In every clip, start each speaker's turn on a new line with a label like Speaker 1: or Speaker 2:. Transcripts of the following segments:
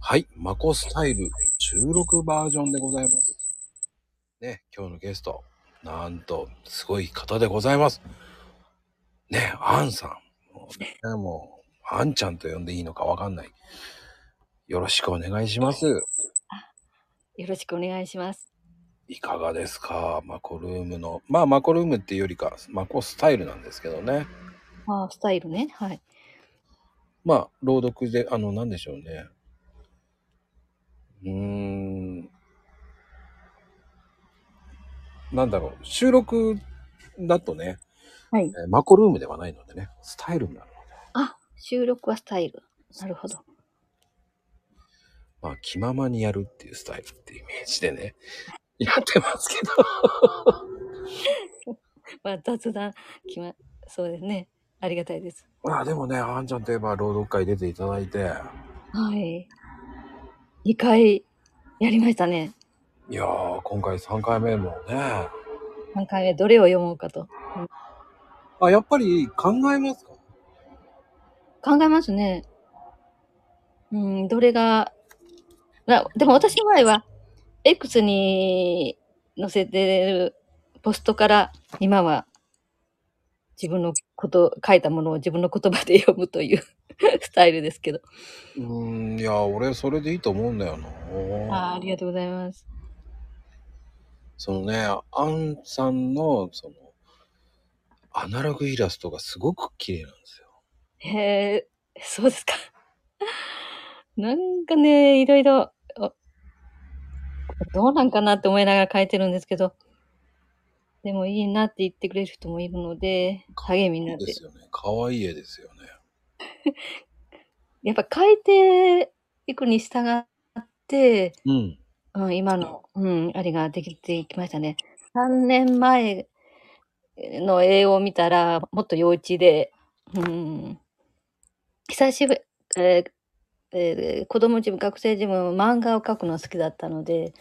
Speaker 1: はい。マコスタイル16バージョンでございます。ね、今日のゲスト、なんと、すごい方でございます。ね、アンさん。もう、ね、もうアンちゃんと呼んでいいのかわかんない。よろしくお願いします。
Speaker 2: よろしくお願いします。
Speaker 1: いかがですかマコルームの。まあ、マコルームっていうよりか、マコスタイルなんですけどね。
Speaker 2: ああ、スタイルね。はい。
Speaker 1: まあ、朗読で、あの、なんでしょうね。うーん。なんだろう。収録だとね、
Speaker 2: はい。
Speaker 1: えーマコルームではないのでね、スタイルになるので。
Speaker 2: あ、収録はスタイル。なるほど。
Speaker 1: まあ、気ままにやるっていうスタイルってイメージで ね、やってますけど。
Speaker 2: まあ、雑談、きま、そうですね。ありがたいです。
Speaker 1: まあ、でもね、あんちゃんといえば朗読会出ていただいて、
Speaker 2: はい。2回やりましたね。
Speaker 1: いやー、今回3回目もね。
Speaker 2: 3回目、どれを読もうかと。
Speaker 1: あ、やっぱり考えますか
Speaker 2: 考えますね。うん、どれが、なでも私の場合は、X に載せてるポストから、今は自分のこと、書いたものを自分の言葉で読むという スタイルですけど。
Speaker 1: うーん、いや、俺それでいいと思うんだよな。
Speaker 2: あーありがとうございます。
Speaker 1: そのね、アンさんの、その、アナログイラストがすごく綺麗なんですよ。
Speaker 2: へえ、そうですか。 なんかね、いろいろ、あどうなんかなって思いながら書いてるんですけど、でもいいなって言ってくれる人もいるので、励みになって
Speaker 1: で。すよね。可愛い絵ですよね。
Speaker 2: やっぱ書いていくに従って、
Speaker 1: うん。
Speaker 2: うん、今の、うん、あれができていきましたね。3年前の絵を見たら、もっと幼稚で、うん、久しぶり、えーえー子供自分、学生自分、漫画を描くの好きだったので、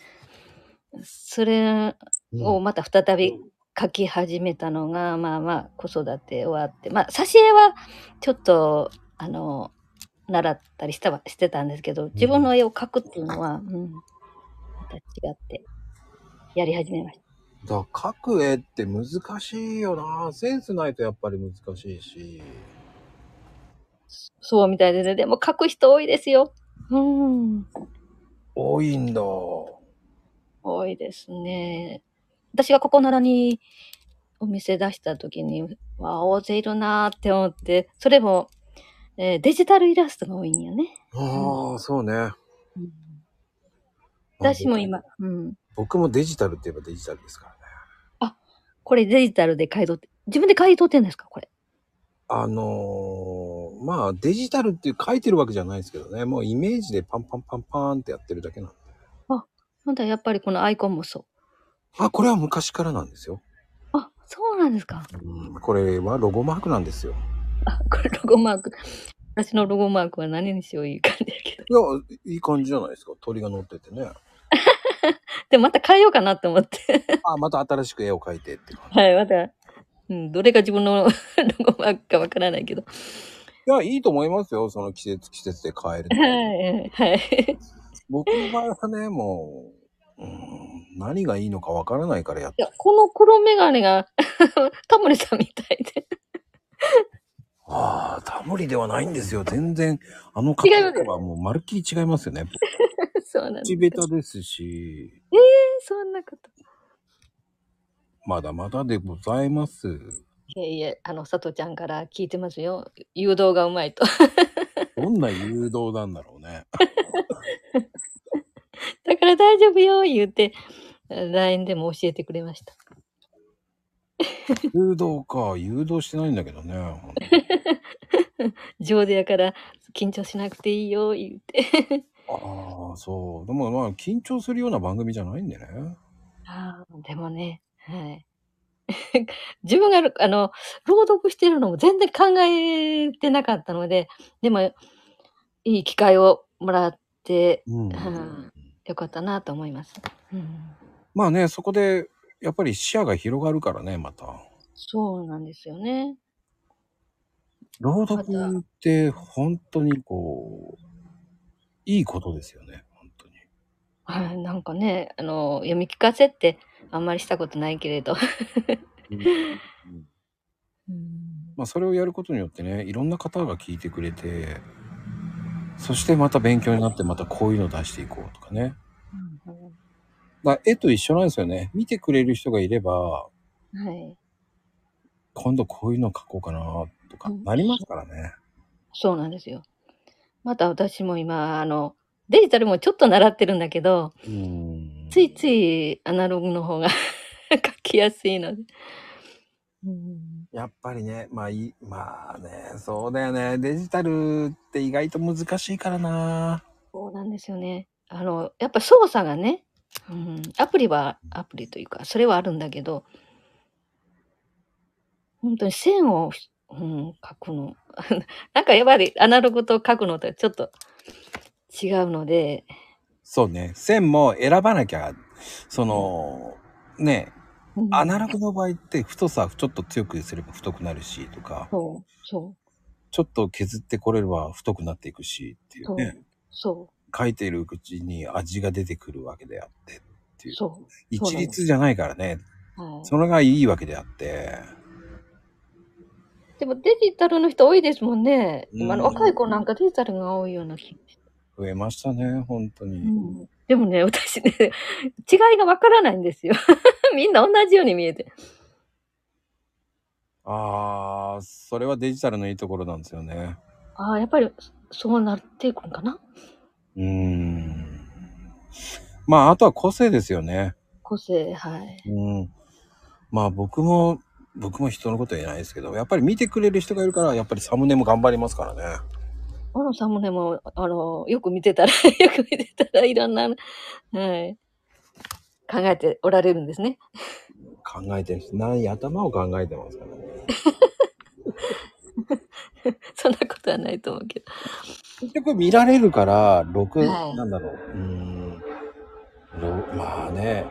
Speaker 2: それをまた再び描き始めたのが、まあまあ、子育て終わって、まあ、挿絵はちょっと、あの、習ったりしたわしてたんですけど、自分の絵を描くっていうのは、うん、また違って、やり始めました。
Speaker 1: だから描く絵って難しいよな。センスないとやっぱり難しいし。
Speaker 2: そうみたいですね。でも描く人多いですよ。うん、
Speaker 1: 多いんだ。
Speaker 2: 多いですね。私がここならにお店出した時に、わあ、大勢いるなーって思って、それも、えーデジタルイラストが多いんよね。
Speaker 1: ああ、そうね。
Speaker 2: 私も今、うん、
Speaker 1: 僕もデジタルって言えばデジタルですからね。
Speaker 2: これデジタルで買い取って、自分で買い取ってんですかこれ。
Speaker 1: あのー、まあデジタルって書いてるわけじゃないですけどね。もうイメージでパンパンパンパーンってやってるだけなんで。
Speaker 2: まだやっぱりこのアイコンもそう。
Speaker 1: あ、これは昔からなんですよ。
Speaker 2: あ、そうなんですか。
Speaker 1: うん、これはロゴマークなんですよ。
Speaker 2: あ、これロゴマーク。私のロゴマークは何にしよういう感じだけど。
Speaker 1: いや、いい感じじゃないですか。鳥が乗っててね。
Speaker 2: で、また変えようかなと思って。
Speaker 1: あ、また新しく絵を描いてって感じ。
Speaker 2: はい、また。うん、どれが自分の ロゴマークかわからないけど。
Speaker 1: いや、いいと思いますよ。その季節季節で変えるの。
Speaker 2: はい、はい。
Speaker 1: 僕の場合はね、もう、うん、何がいいのかわからないからやっ
Speaker 2: いや、この黒メガネが、 タモリさんみたいで。
Speaker 1: ああ、タモリではないんですよ。全然、あの方
Speaker 2: 違います
Speaker 1: はもうまるっきり違いますよね。
Speaker 2: そうなんです。
Speaker 1: 口下手ですし、
Speaker 2: そんなこと。
Speaker 1: まだまだでございます。
Speaker 2: いえいえ、あの、佐藤ちゃんから聞いてますよ。誘導がうまいと。
Speaker 1: どんな誘導なんだろうね。
Speaker 2: だから大丈夫よ、言うて、LINE でも教えてくれました。
Speaker 1: 誘導か、誘導してないんだけどね。
Speaker 2: 上手やから緊張しなくていいよ、言うて。
Speaker 1: ああ、そう。でもまあ、緊張するような番組じゃないんでね。
Speaker 2: ああ、でもね、はい。 自分が、あの、朗読してるのも全然考えてなかったので、でも、いい機会をもらって、
Speaker 1: うん
Speaker 2: うんよかったなと思います。うん、
Speaker 1: まあね、そこで、やっぱり視野が広がるからね、また。
Speaker 2: そうなんですよね。
Speaker 1: 朗読って本当にこう、いいことですよね、本当に。
Speaker 2: はい、なんかね、あの、読み聞かせってあんまりしたことないけれど。
Speaker 1: うん
Speaker 2: うん
Speaker 1: まあ、それをやることによってね、いろんな方が聞いてくれて、そしてまた勉強になって、またこういうの出していこうとかね。だから絵と一緒なんですよね。見てくれる人がいれば、
Speaker 2: はい。
Speaker 1: 今度こういうの書こうかなとか
Speaker 2: うん
Speaker 1: なりますからね。
Speaker 2: そうなんですよ。また私も今、あの、デジタルもちょっと習ってるんだけど、
Speaker 1: うん。
Speaker 2: ついついアナログの方が 書きやすいので。うん
Speaker 1: やっぱりね、まあいい、まあね、そうだよね。デジタルって意外と難しいからな。
Speaker 2: そうなんですよね。あの、やっぱ操作がね、うん、アプリはアプリというか、それはあるんだけど、本当に線を、うん、書くの。 なんかやっぱりアナログと書くのとちょっと違うので、
Speaker 1: そうね。線も選ばなきゃ、その、ね、
Speaker 2: うん
Speaker 1: アナログの場合って太さちょっと強くすれば太くなるしとか、
Speaker 2: そう、そ、
Speaker 1: ちょっと削ってこれれば太くなっていくしっていうう
Speaker 2: そう
Speaker 1: ね。、
Speaker 2: そ、
Speaker 1: 書いているうちに味が出てくるわけであってっていうう。
Speaker 2: そそう
Speaker 1: 一
Speaker 2: なの
Speaker 1: 律じゃないからね。
Speaker 2: う。はい
Speaker 1: それがいいわけであって。
Speaker 2: でもデジタルの人多いですもんね。
Speaker 1: うん
Speaker 2: あの若い子なんかデジタルが多いような気、
Speaker 1: 増えましたね、本当に。
Speaker 2: うんでもね、私ね、違いがわからないんですよ。 みんな同じように見えて。
Speaker 1: ああ、それはデジタルのいいところなんですよね。
Speaker 2: ああ、やっぱりそうなっていくんかな
Speaker 1: うーん。まあ、あとは個性ですよね。
Speaker 2: 個性、はい。
Speaker 1: うん。まあ、僕も、僕も人のこと言えないですけど、やっぱり見てくれる人がいるから、やっぱりサムネも頑張りますからね。
Speaker 2: 小野さんもね、もう、あの、よく見てたら、 よく見てたらいろんな、はい。考えておられるんですね。
Speaker 1: 考えてるし、ない頭を考えてますからね。
Speaker 2: そんなことはないと思うけど。
Speaker 1: 結局見られるから、録、
Speaker 2: はい
Speaker 1: なんだろう。うーん。ろまあね。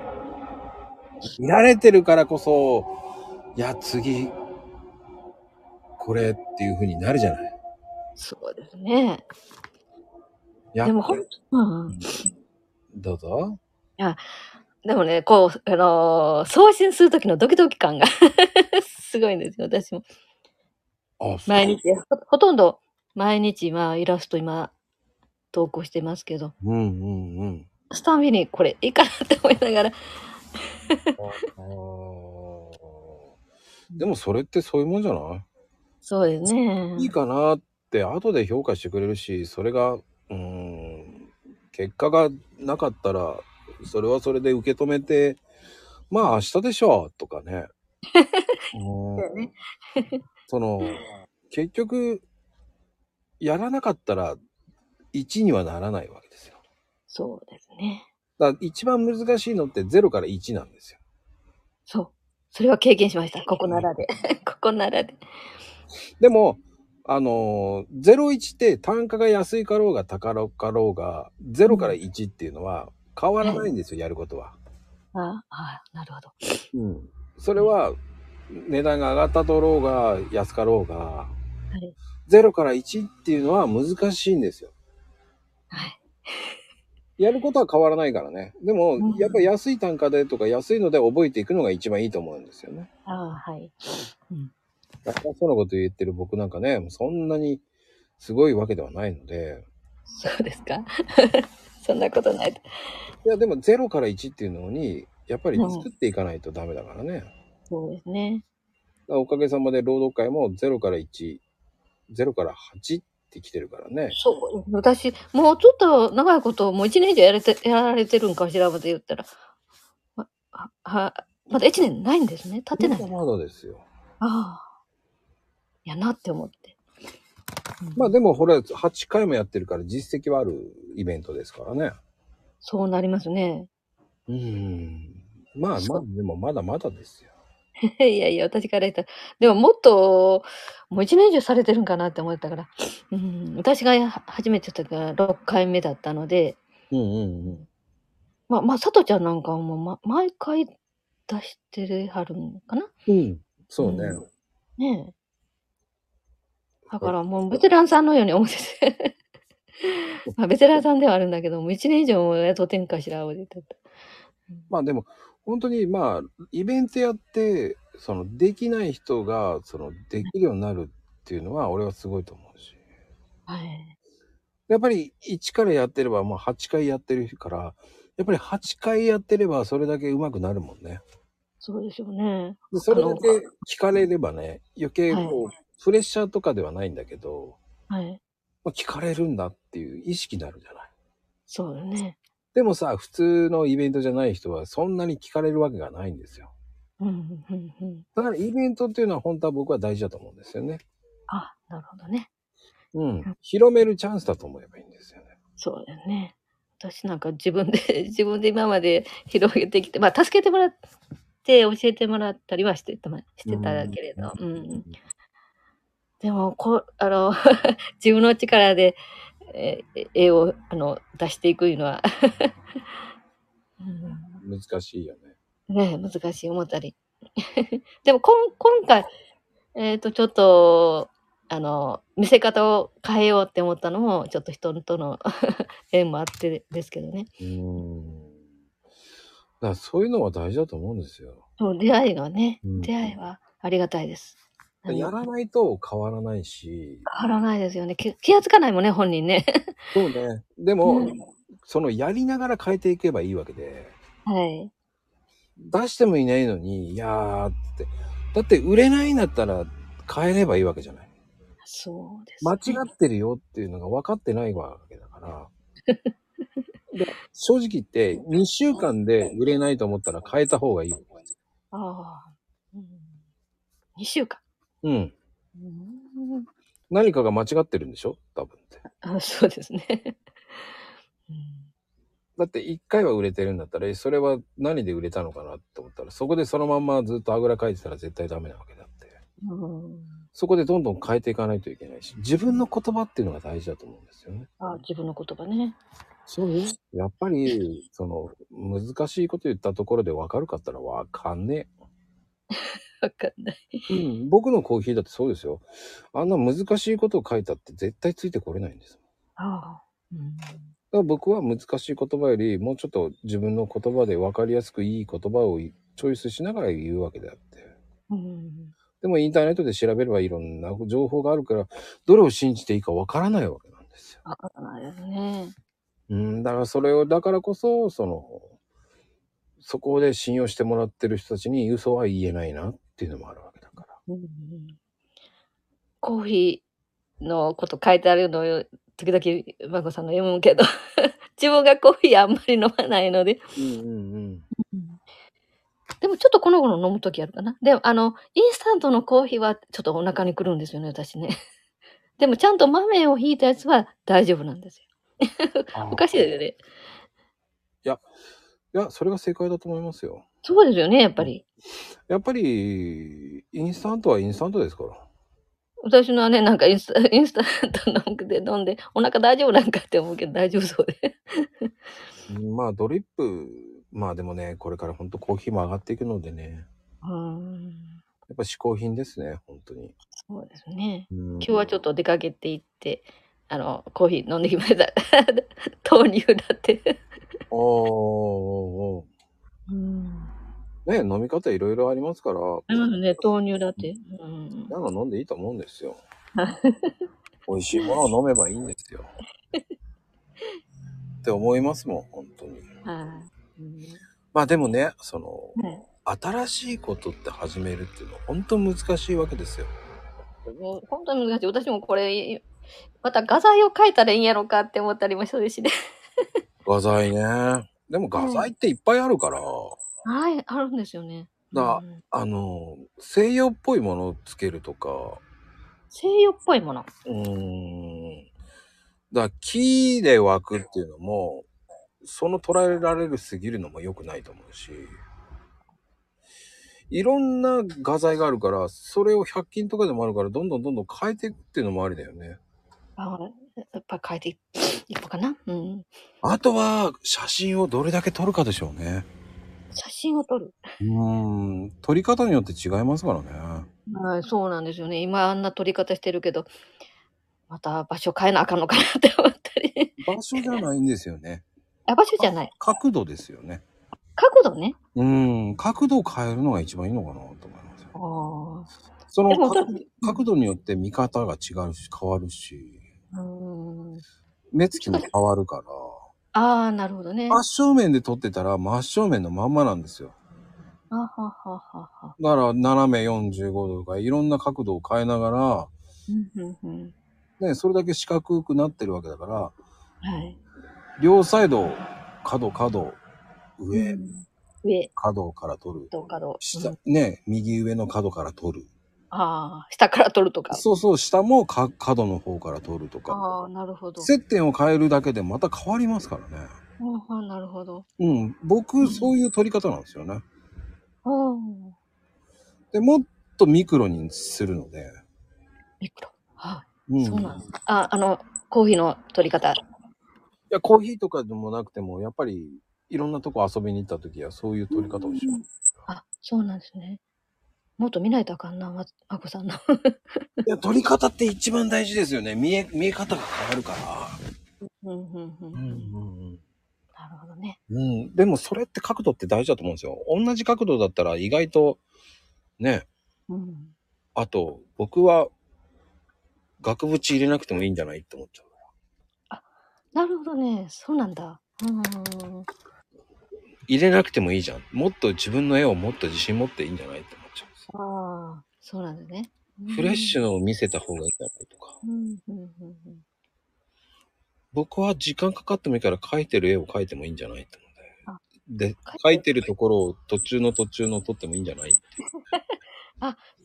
Speaker 1: 見られてるからこそ、いや、次、これっていう風になるじゃない。
Speaker 2: そうですね。
Speaker 1: いや
Speaker 2: でも、ほんと、うん。
Speaker 1: どうぞ。
Speaker 2: でもね、こう、あのー送信するときのドキドキ感が すごいんですよ、私も。
Speaker 1: あ、そう
Speaker 2: 毎。日、ほほとんど毎日、まあ、イラスト今、投稿してますけど、
Speaker 1: うんうん うん。
Speaker 2: スタンビにこれいいかなって思いながら、
Speaker 1: あーでもそれってそういうもんじゃない
Speaker 2: そうですね。
Speaker 1: いいかなって後で評価してくれるしそれがうーん結果がなかったらそれはそれで受け止めてまあ明日でしょうとかねう
Speaker 2: そう
Speaker 1: ー
Speaker 2: だ
Speaker 1: ん
Speaker 2: よね
Speaker 1: その結局やらなかったら1にはならないわけですよ
Speaker 2: そうですね。
Speaker 1: だから一番難しいのって0から1なんですよ
Speaker 2: そう。それは経験しました。ここなら で。ここならで。
Speaker 1: でもあのー01って単価が安いかろうが高かろうが0から1っていうのは変わらないんですよ、やることは。
Speaker 2: ああ、なるほど。
Speaker 1: うん、それは値段が上がったとろうが安かろうが
Speaker 2: はい。
Speaker 1: 0から1っていうのは難しいんですよ。
Speaker 2: はい。
Speaker 1: やることは変わらないからね。でも、
Speaker 2: うん
Speaker 1: やっぱ安い単価でとか安いので覚えていくのが一番いいと思うんですよね。
Speaker 2: ああ、はい。
Speaker 1: だからそのこと言ってる僕なんかね、もうそんなにすごいわけではないので。
Speaker 2: そうですか そんなことないと。
Speaker 1: いや、でも0から1っていうのに、やっぱり作っていかないとダメだからね。だか
Speaker 2: そうですね。
Speaker 1: らおかげさまで労働会も0から1、0から8って来てるからね。
Speaker 2: そう、私、もうちょっと長いこと、もう一年以上やれて、やられてるんかしら、まで言ったら。ま、は、はまだ一年ないんですね。経ってない。あ
Speaker 1: まだですよ。
Speaker 2: あ。やなって思って。うん
Speaker 1: まあでもほら8回もやってるから実績はあるイベントですからね。
Speaker 2: そうなりますね。
Speaker 1: うん。まあま
Speaker 2: そ
Speaker 1: あでもまだまだですよ。
Speaker 2: いやいや、私から言ったら。でも、もっと、もう一年以上されてるんかなって思ったから。うん、私がや初めてやったから6回目だったので、
Speaker 1: うんうんうん。
Speaker 2: まあ、まあ、佐藤ちゃんなんかはもう、ま、毎回出してはるんかな
Speaker 1: うん。そうね。
Speaker 2: う ねえ。だからもうベテランさんのように思ってて。まあ、ベテランさんではあるんだけども、1年以上も雇ってんかしら、おじてた。
Speaker 1: まあでも本当にまあイベントやってそのできない人がそのできるようになるっていうのは俺はすごいと思うし
Speaker 2: はい。
Speaker 1: やっぱり1からやってればもう8回やってるからやっぱり8回やってればそれだけ上手くなるもんね
Speaker 2: そうでしょうね。
Speaker 1: でそれだけ聞かれればね余計こ
Speaker 2: は
Speaker 1: うプレッシャーとかではないんだけど、
Speaker 2: はい。
Speaker 1: まあ聞かれるんだっていう意識になるじゃない
Speaker 2: そうだね。
Speaker 1: でもさ普通のイベントじゃない人はそんなに聞かれるわけがないんですよ
Speaker 2: うん、うん、うん。
Speaker 1: だからイベントっていうのは本当は僕は大事だと思うんですよね
Speaker 2: あ、なるほどね。
Speaker 1: うん、広めるチャンスだと思えばいいんですよね。
Speaker 2: そうだよね。私なんか自分で、 自分で今まで広げてきて、まあ、助けてもらって、教えてもらったりはしてたましてたけれど、うん。でも、こう、あの、 自分の力で、えー絵を、あの、出していくいうのは、 うん
Speaker 1: 難しいよね。
Speaker 2: ねえ、難しい思ったり。 でもこん、今回、えっ、と、ちょっと、あの、見せ方を変えようって思ったのも、ちょっと人との 縁もあってですけどね。
Speaker 1: うん。だからそういうのは大事だと思うんですよ。
Speaker 2: そう、出会いがね、
Speaker 1: うん
Speaker 2: 出会いはありがたいです。何
Speaker 1: やら
Speaker 2: 変
Speaker 1: ないと変わらないし、
Speaker 2: わらないですよね。気気がつかないもんね、本人ね。
Speaker 1: そうね。でも、そのやりながら変えていけばいいわけで、
Speaker 2: はい。
Speaker 1: 出してもいないのに、いやーって。だって売れないんだったら変えればいいわけじゃない。
Speaker 2: そうです、
Speaker 1: 間違ってるよっていうのが分かってないわけだから。 で正直言って2週間で売れないと思ったら変えた方がいいわけです。
Speaker 2: ああ。うん、2週間。
Speaker 1: うん。
Speaker 2: うん
Speaker 1: 何かが間違ってるんでしょ多分って。
Speaker 2: あそうですね。うん
Speaker 1: だって1回は売れてるんだったら、えそれは何で売れたのかなって思ったら、そこでそのまんまずっとあぐらかいてたら絶対ダメなわけだって。
Speaker 2: うん
Speaker 1: そこでどんどん変えていかないといけないし、自分の言葉っていうのが大事だと思うんですよね。
Speaker 2: あ自分の言葉ね。
Speaker 1: そうよ。やっぱり、その、難しいこと言ったところで分かるかったら分かんね
Speaker 2: わかんない。
Speaker 1: え。うん、僕のコーヒーだってそうですよ。あんな難しいことを書いたって絶対ついてこれないんです。
Speaker 2: ああ。うん。
Speaker 1: だから僕は難しい言葉よりもうちょっと自分の言葉で分かりやすくいい言葉をチョイスしながら言うわけであって
Speaker 2: うん。
Speaker 1: でもインターネットで調べればいろんな情報があるからどれを信じていいか分からないわけなんですよ。
Speaker 2: わからないですね。
Speaker 1: うんだからそれをだからこそそのそこで信用してもらってる人たちに嘘は言えないなっていうのもあるわけだから。
Speaker 2: うん。コーヒーのこと書いてあるのを時々、まこさんの読むけど、自分がコーヒーあんまり飲まないので。
Speaker 1: うんうんうん。
Speaker 2: でもちょっとこの頃飲むときあるかな。でも、あの、インスタントのコーヒーはちょっとお腹にくるんですよね、私ね。 でもちゃんと豆をひいたやつは大丈夫なんですよ。おかしいですよ
Speaker 1: い
Speaker 2: ね。
Speaker 1: やそれが正解だと思いますよ。
Speaker 2: そうですよね、やっぱり。
Speaker 1: やっぱりインスタントはインスタントですから。
Speaker 2: 私のはね、なんかインスタ インスタント飲んで飲んで、お腹大丈夫なんかって思うけど大丈夫そうで。
Speaker 1: まあドリップまあでもねこれから本当コーヒーも上がっていくのでね
Speaker 2: うん。
Speaker 1: やっぱ嗜好品ですね本当に
Speaker 2: そうですね。
Speaker 1: 今
Speaker 2: 今日はちょっ
Speaker 1: と
Speaker 2: と出かけて行って、あの、コーヒー飲んできました。 豆乳だって。
Speaker 1: おーお
Speaker 2: うん。
Speaker 1: ーおーね飲み方いろいろありますから
Speaker 2: ありますね、豆乳だって。うん。
Speaker 1: なの飲んでいいと思うんですよ美味しいものを飲めばいいんですよって思いますもん本当に
Speaker 2: はい。うん
Speaker 1: まあでもねその
Speaker 2: ね
Speaker 1: 新しいことって始めるっていうのは本当難しいわけですよ
Speaker 2: もう本当に難しい。私もこれ、また画材を描いたらいいんやろかって思ったりもするしね。
Speaker 1: 画材ねでも画材っていっぱいあるから、
Speaker 2: はい、あるんですよね。
Speaker 1: だ
Speaker 2: うん
Speaker 1: あの西洋っぽいものをつけるとか
Speaker 2: 西洋っぽいもの。
Speaker 1: うーんだから木で湧くっていうのもその捉えられるすぎるのも良くないと思うしいろんな画材があるからそれを100均とかでもあるからどんどんどんどん変えていくっていうのもありだよね
Speaker 2: あやっぱ変えていこうかな。うん。
Speaker 1: あとは写真をどれだけ撮るかでしょうね
Speaker 2: 写真を撮る。
Speaker 1: うーん撮り方によって違いますからね
Speaker 2: はい、そうなんですよね。今あんな撮り方してるけど、また場所変えなあかんのかなって思ったり。
Speaker 1: 場所じゃないんですよね。
Speaker 2: あ、場所じゃない。
Speaker 1: 角度ですよね。
Speaker 2: 角度ね。
Speaker 1: うん、角度を変えるのが一番いいのかなと思いますよ。
Speaker 2: ああ。
Speaker 1: その
Speaker 2: でも
Speaker 1: 角角度によって見方が違うし、変わるし、
Speaker 2: うーん。
Speaker 1: 目つきも変わるから、
Speaker 2: ああ、なるほどね。
Speaker 1: 真正面で撮ってたら真正面のまんまなんですよ。
Speaker 2: あはははは。
Speaker 1: だから斜め45度とかいろんな角度を変えなが
Speaker 2: うんうんうん。
Speaker 1: ら、ね、それだけ四角くなってるわけだから、
Speaker 2: はい。
Speaker 1: 両サイド、角、角、上、
Speaker 2: うん上
Speaker 1: 角から撮る。
Speaker 2: と角。う
Speaker 1: 下
Speaker 2: ん、
Speaker 1: ね、右上の角から撮る。
Speaker 2: ああ、下から取るとか。
Speaker 1: そうそう、下もか角の方から撮るとか。
Speaker 2: ああ、なるほど。
Speaker 1: 接点を変えるだけでまた変わりますからね。
Speaker 2: ああ、なるほど。
Speaker 1: うん、僕、そういう撮り方なんですよね。
Speaker 2: ああ。
Speaker 1: で、もっとミクロにするので。
Speaker 2: ミクロ。は
Speaker 1: う
Speaker 2: い、
Speaker 1: ん、
Speaker 2: そうなん
Speaker 1: い
Speaker 2: ですか。あ、あの、コーヒーの取り方。
Speaker 1: や、コーヒーとかでもなくても、やっぱり、いろんなとこ遊びに行った時は、そういう撮り方をしよう。
Speaker 2: あ、そうなんですね。もっと見ないとあかんな、ま、まこさんの。
Speaker 1: いや、撮り方って一番大事ですよね。見え、見え方が変わるから。
Speaker 2: うんうんう
Speaker 1: う
Speaker 2: ん。
Speaker 1: ん、
Speaker 2: なるほどね。
Speaker 1: うん。でも、それって角度って大事だと思うんですよ。同じ角度だったら、意外と、ね、
Speaker 2: うん。
Speaker 1: あと、僕は、額縁入れなくてもいいんじゃないって思っちゃう。
Speaker 2: なるほどね。そうなんだ。うんうんうん。
Speaker 1: 入れなくてもいいじゃん。もっと自分の絵をもっと自信持っていいんじゃないって思っちゃうんですよ
Speaker 2: ああ、そうなんですね。
Speaker 1: フレッシュ
Speaker 2: ュ。
Speaker 1: のを見せた方がいいんじゃないとか。
Speaker 2: うんうんうんうん。
Speaker 1: 僕は時間かかってもいいから描いてる絵を描いてもいいんじゃないって思
Speaker 2: あ
Speaker 1: うんだよ。で、
Speaker 2: 描
Speaker 1: 描
Speaker 2: い
Speaker 1: い
Speaker 2: て
Speaker 1: てるところを途中の途中の撮ってもいいんじゃない、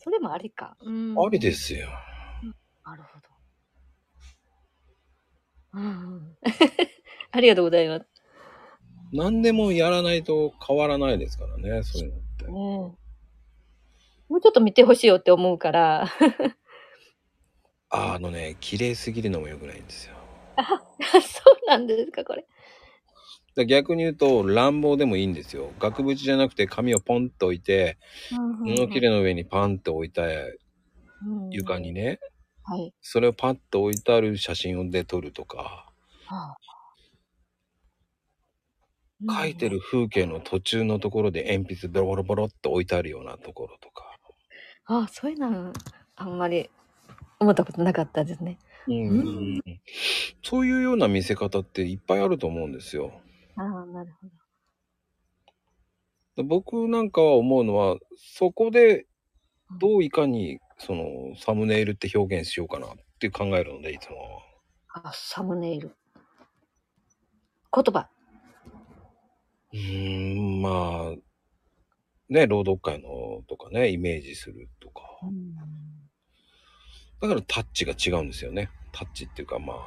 Speaker 2: それもありか。うん。
Speaker 1: ありで。すよ。
Speaker 2: なるほど。うんうん。 ありがとうございます。
Speaker 1: 何でもやらないと変わらないですからね、そういうのって。
Speaker 2: ねえもうちょっと見てほしいよって思うから。
Speaker 1: ああのね、綺麗すぎるのも良くないんですよ。
Speaker 2: そうなんですか、これ。
Speaker 1: だから逆に言うと乱暴でもいいんですよ。額縁じゃなくて紙をポンと置いて、布切れの上にパンと置いて、床に
Speaker 2: ね。
Speaker 1: ね、
Speaker 2: はい。
Speaker 1: それをパッと置いてある写真で撮るとか、
Speaker 2: はあ
Speaker 1: 書いて。る風景の途中のところで鉛筆ボロボロっと置いてあるようなところとか、
Speaker 2: うんああ、そういうの、あんまり思ったことなかったですね。ん
Speaker 1: そういうような見せ方っていっぱいあると思うんですよ。
Speaker 2: ああ、なるほど。
Speaker 1: 僕なんかは思うのはそこでどういかにそのサムネイルって表現しようかなって考えるのでいつも。
Speaker 2: あ、サムネイル。言葉。
Speaker 1: うーんまあね朗読会のとかねイメージするとか。だからタッチが違うんですよね。タッチっていうかまあ、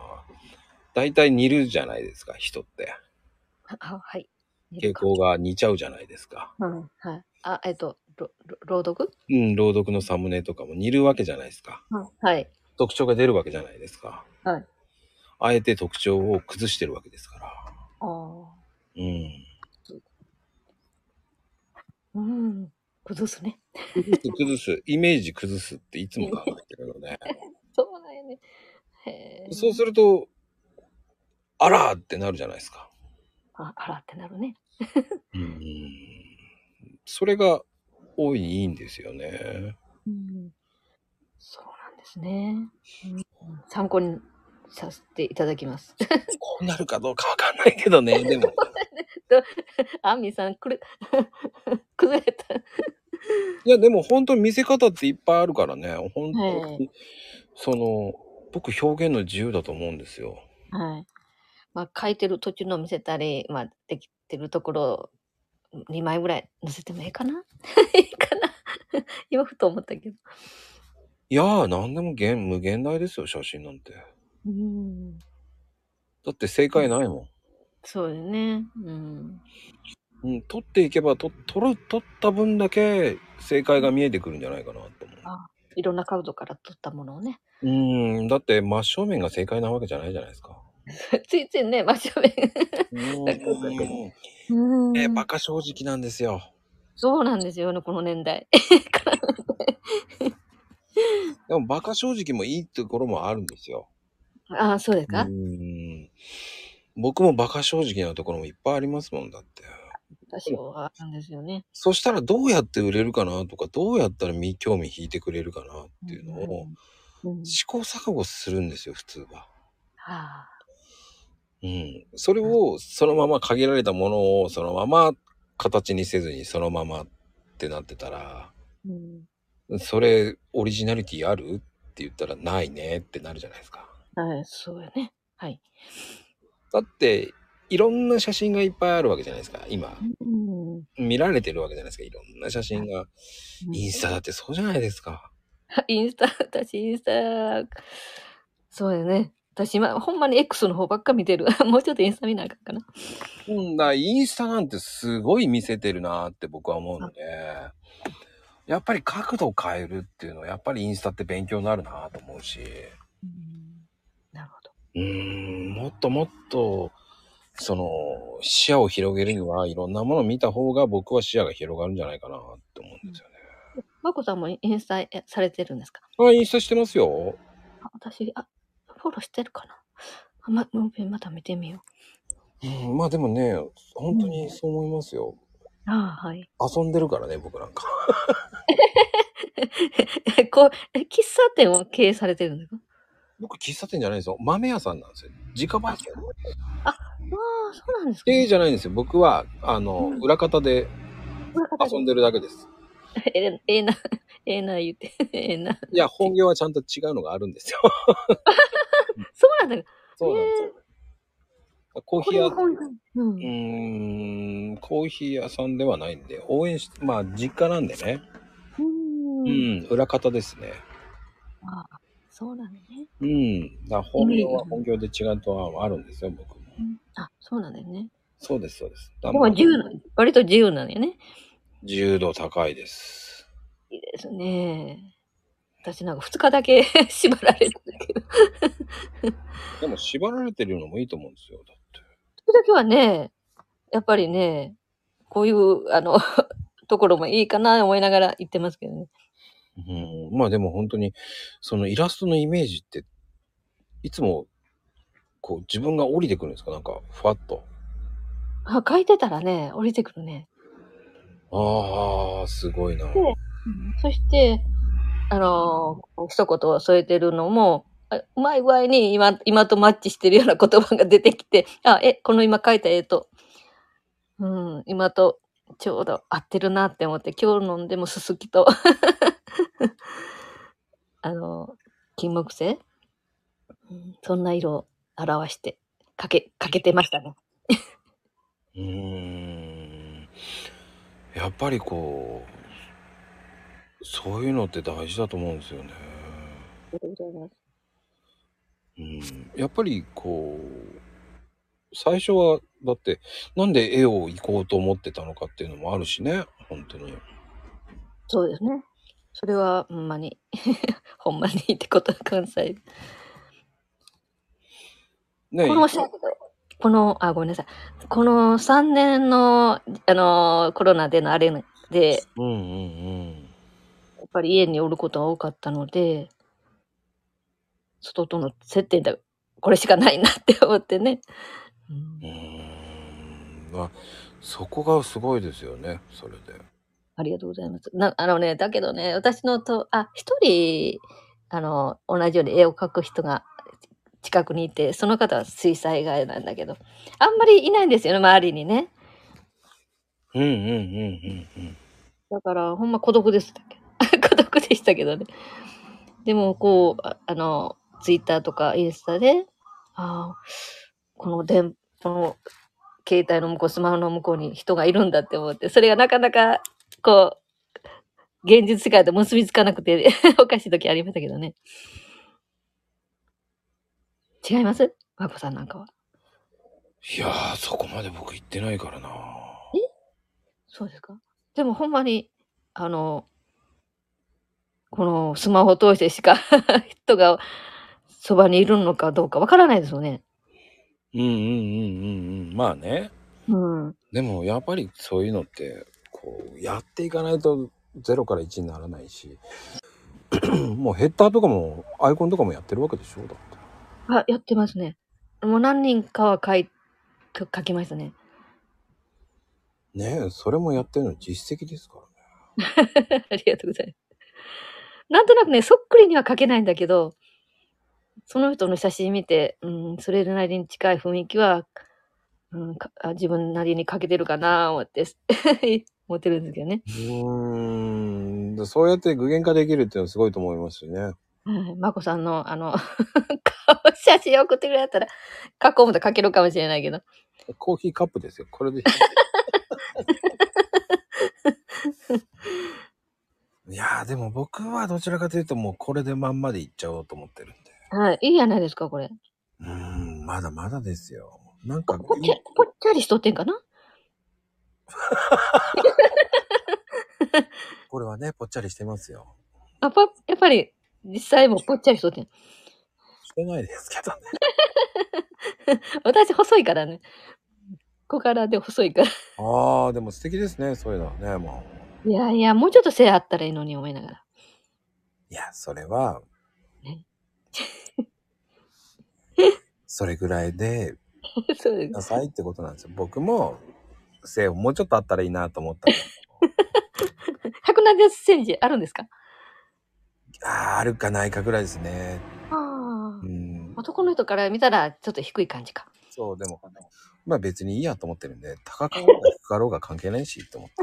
Speaker 1: 大体似るじゃないですか、人って。
Speaker 2: あ、はい。
Speaker 1: 傾向が似ちゃうじゃないですか。
Speaker 2: うん、はい。あ、えっと、ろろ朗読
Speaker 1: うん、朗読のサムネとかも似るわけじゃないですか。
Speaker 2: はい。
Speaker 1: 特徴が出るわけじゃないですか。
Speaker 2: はい。
Speaker 1: あえて特徴を崩してるわけですから。
Speaker 2: ああ。
Speaker 1: うん。
Speaker 2: うん。崩すね。
Speaker 1: 崩す、崩す、イメージ崩すっていつも考えてるので。
Speaker 2: そうなんやね。へえ。
Speaker 1: そうすると、あらーってなるじゃないですか。
Speaker 2: あ、あらってなるね。
Speaker 1: うん。それが大いにいいんですよね。
Speaker 2: うん。そうなんですね。うん、参考にさせていただきます。
Speaker 1: こうなるかどうかわかんないけどね、でも。
Speaker 2: あみさん、 くる、崩れた。
Speaker 1: いや、でも本当に見せ方っていっぱいあるからね、本当
Speaker 2: は
Speaker 1: に、その、僕表現の自由だと思うんですよ。
Speaker 2: はい。まあ、書いてる途中の見せたり、まあ、できてるところ、2枚ぐらい載せてもいいかな いいかな 今ふと思ったけど。
Speaker 1: いやー、なんでも限無限大ですよ、写真なんて。
Speaker 2: うん。
Speaker 1: だって正解ないも
Speaker 2: そうですね。うん。
Speaker 1: ん。うん、撮っていけば、と撮る、撮った分だけ正解が見えてくるんじゃないかなと思
Speaker 2: いろんな角度から撮ったもの をね。
Speaker 1: う。うん、だって真正面が正解なわけじゃないじゃないですか。
Speaker 2: ついついね、真正面。
Speaker 1: うん。
Speaker 2: うん
Speaker 1: え、バカ正直なんですよ。
Speaker 2: そうなんですよね、この年 代。
Speaker 1: でもバカ正直もいいところもあるんですよ。
Speaker 2: ああ、そうです
Speaker 1: う
Speaker 2: か、
Speaker 1: ん。僕も馬鹿正直なところもいっぱいありますもんだって。
Speaker 2: 多少はあるんですよね。
Speaker 1: そしたらどうやって売れるかなとか、どうやったらみ興味引いてくれるかなっていうのを
Speaker 2: うんうんうん、
Speaker 1: 試行錯誤するんですよ、普通は。
Speaker 2: はあ、
Speaker 1: うん。それをそのまま限られたものをそのまま形にせずにそのままってなってたら、
Speaker 2: うん。
Speaker 1: それオリジナリティあるって言ったらないねってなるじゃないですか。
Speaker 2: はい、そうよね。はい。
Speaker 1: だって、いろんな写真がいっぱいあるわけじゃないですか、今。
Speaker 2: うん。
Speaker 1: 見られてるわけじゃないですか、いろんな写真が。インスタだってそうじゃないですか。
Speaker 2: インスタ、私インスタ、そうだよね。私今、ほんまに X の方ばっか見てる。 もうちょっとインスタ見なあかんかな。
Speaker 1: うんだ、インスタなんてすごい見せてるなって僕は思うので、やっぱり角度を変えるっていうのは、やっぱりインスタって勉強になるなと思うし、
Speaker 2: なるほど。
Speaker 1: うーん、もっともっと、その、視野を広げるには、いろんなものを見た方が僕は視野が広がるんじゃないかなって思うんですよね。
Speaker 2: まこさんもインスタえされてるんですか
Speaker 1: あ、インスタしてますよ。
Speaker 2: あ私、あ、フォローしてるかなあま、もう一遍また見てみよ
Speaker 1: うん、まあでもね、本当にそう思いますよ。
Speaker 2: う。ああ、はい。
Speaker 1: 遊んでるからね、僕なんか。
Speaker 2: こう、え喫茶店を経営されてるんですか
Speaker 1: 僕、喫茶店じゃないんですよ。豆屋さんなんですよ。自家焙煎。
Speaker 2: ああ、そうなんですか、
Speaker 1: 経営じゃないんですよ。僕は、あの、
Speaker 2: うん
Speaker 1: 裏方で遊んでるだけです。
Speaker 2: ええええな、ええな言って、ええな。
Speaker 1: いや、本業はちゃんと違うのがあるんですよ。
Speaker 2: そうなんだ。
Speaker 1: そうなんですよ。コー
Speaker 2: こ
Speaker 1: ヒー
Speaker 2: れ
Speaker 1: 屋、
Speaker 2: は
Speaker 1: う
Speaker 2: 本当に。うん。
Speaker 1: ーん、コーヒー屋さんではないんで、応援し、まあ、実家なんでね。
Speaker 2: うん。
Speaker 1: うん、裏方ですね。
Speaker 2: ああ、そうなんだね。
Speaker 1: うん、だから本業は本業で違うとはあるんですよ、僕も。
Speaker 2: あ、そうなんだよね。
Speaker 1: そうです、そうです。だ
Speaker 2: で
Speaker 1: から
Speaker 2: も自由な、割と自由なのよね。
Speaker 1: 自由度高いです。
Speaker 2: いいですね。私なんか2日だけ 縛られるんだけど。
Speaker 1: でも縛られてるのもいいと思うんですよ。だって。
Speaker 2: 時々はね、やっぱりね、こういう、あの、 ところもいいかな思いながら行ってますけどね。
Speaker 1: うん、まあでも本当にそのイラストのイメージっていつもこう自分が降りてくるんですかなんかふわっと
Speaker 2: あ、書いてたらね、降りてくるね。
Speaker 1: ああすごいな、
Speaker 2: でそして、あの、一言を添えてるのも、あうまい具合に今、今とマッチしてるような言葉が出てきて、 あ、え、この今書いた絵と、うん、今とちょうど合ってるなって思って、今日飲んでもすすきと、 あの、金木犀、うんそんな色を表して、かけ、かけてましたね。
Speaker 1: うーんやっぱりこうそういうのって大事だと思うんですよね、
Speaker 2: ありがとうございます。
Speaker 1: うん、やっぱりこう最初はだってなんで絵を行こうと思ってたのかっていうのもあるしね本当に
Speaker 2: そうですね。それは、ほんまに、 ほんまにってことは関西弁
Speaker 1: ね
Speaker 2: このせやけどこの、あ、ごめんなさい。この3年の、あのーコロナでのあれで、
Speaker 1: うんうんうん
Speaker 2: やっぱり家におることが多かったので、外との接点だ、これしかないなって思ってね。うん
Speaker 1: うーんまあそこがすごいですよねそれで
Speaker 2: ありがとうございます。なあのね、だけどね、私のと、あ、一人、あの、同じように絵を描く人が近くにいて、その方は水彩画なんだけど、あんまりいないんですよね、周りにね。
Speaker 1: うんうんうんうんうん
Speaker 2: だから、ほんま孤独でしたけど。孤 独でしたけどね。でも、こう、ああの、ツイッターとかインスタで、ああ、この電、この携帯の向こう、スマホの向こうに人がいるんだって思って、それがなかなか、こう、現実世界と結びつかなくて、 おかしい時ありましたけどね。違います和子さんなんかは。
Speaker 1: いやーそこまで僕行ってないからな
Speaker 2: そうですか。でもほんまに、あの、このスマホを通してしか 人がそばにいるのかどうかわからないですよね。
Speaker 1: うんうんうんうんうんまあね
Speaker 2: うん。
Speaker 1: でもやっぱりそういうのってこうやっていかないと0から1にならないし もうヘッダーとかもアイコンとかもやってるわけでしょだって
Speaker 2: あ、やってますね。もう何人かは書い書書きましたね。
Speaker 1: ねえ、それもやってるの実績ですからね。
Speaker 2: ありがとうございます。なんとなくね、そっくりには書けないんだけど、その人の写真見て、うん、それなりに近い雰囲気は、うん、かあ自分なりに書けてるかなぁ思って、 思ってるんですけどね。
Speaker 1: うーんでそうやって具現化できるっていうのはすごいと思いますよね。
Speaker 2: はいまこさんの、あの、 顔写真送ってくれたら、囲むと書けるかもしれないけど。
Speaker 1: コーヒーカップですよ。これで。 いやーでも僕はどちらかというともうこれでまんまでいっちゃおうと思ってるんで。
Speaker 2: はい、いいじゃないですか、これ。
Speaker 1: うーん、まだまだですよ。なんか、
Speaker 2: ぽっちゃぽっちゃりしとってんかな
Speaker 1: これはね、ぽっちゃりしてますよ。
Speaker 2: あぱやっぱり、実際もぽっちゃりしとってん。
Speaker 1: してないですけどね。
Speaker 2: 私、細いからね。小柄で細いから。
Speaker 1: ああ、でも素敵ですね、そういうのはね、もう。
Speaker 2: いやいや、もうちょっと背あったらいいのに思いながら。
Speaker 1: いや、それは
Speaker 2: ね、
Speaker 1: それぐらいで
Speaker 2: そうで
Speaker 1: な
Speaker 2: す。
Speaker 1: さいってことなんですよ。僕も、背をもうちょっとあったらいいなと思ったの。
Speaker 2: 170センチあるんですか
Speaker 1: あーあるかないかぐらいですね。
Speaker 2: あ
Speaker 1: う
Speaker 2: あ。
Speaker 1: ん。
Speaker 2: 男の人から見たら、ちょっと低い感じか。
Speaker 1: そう、でも、まあ別にいいやと思ってるんで、高かろうが低かろうが関係ないしと思って。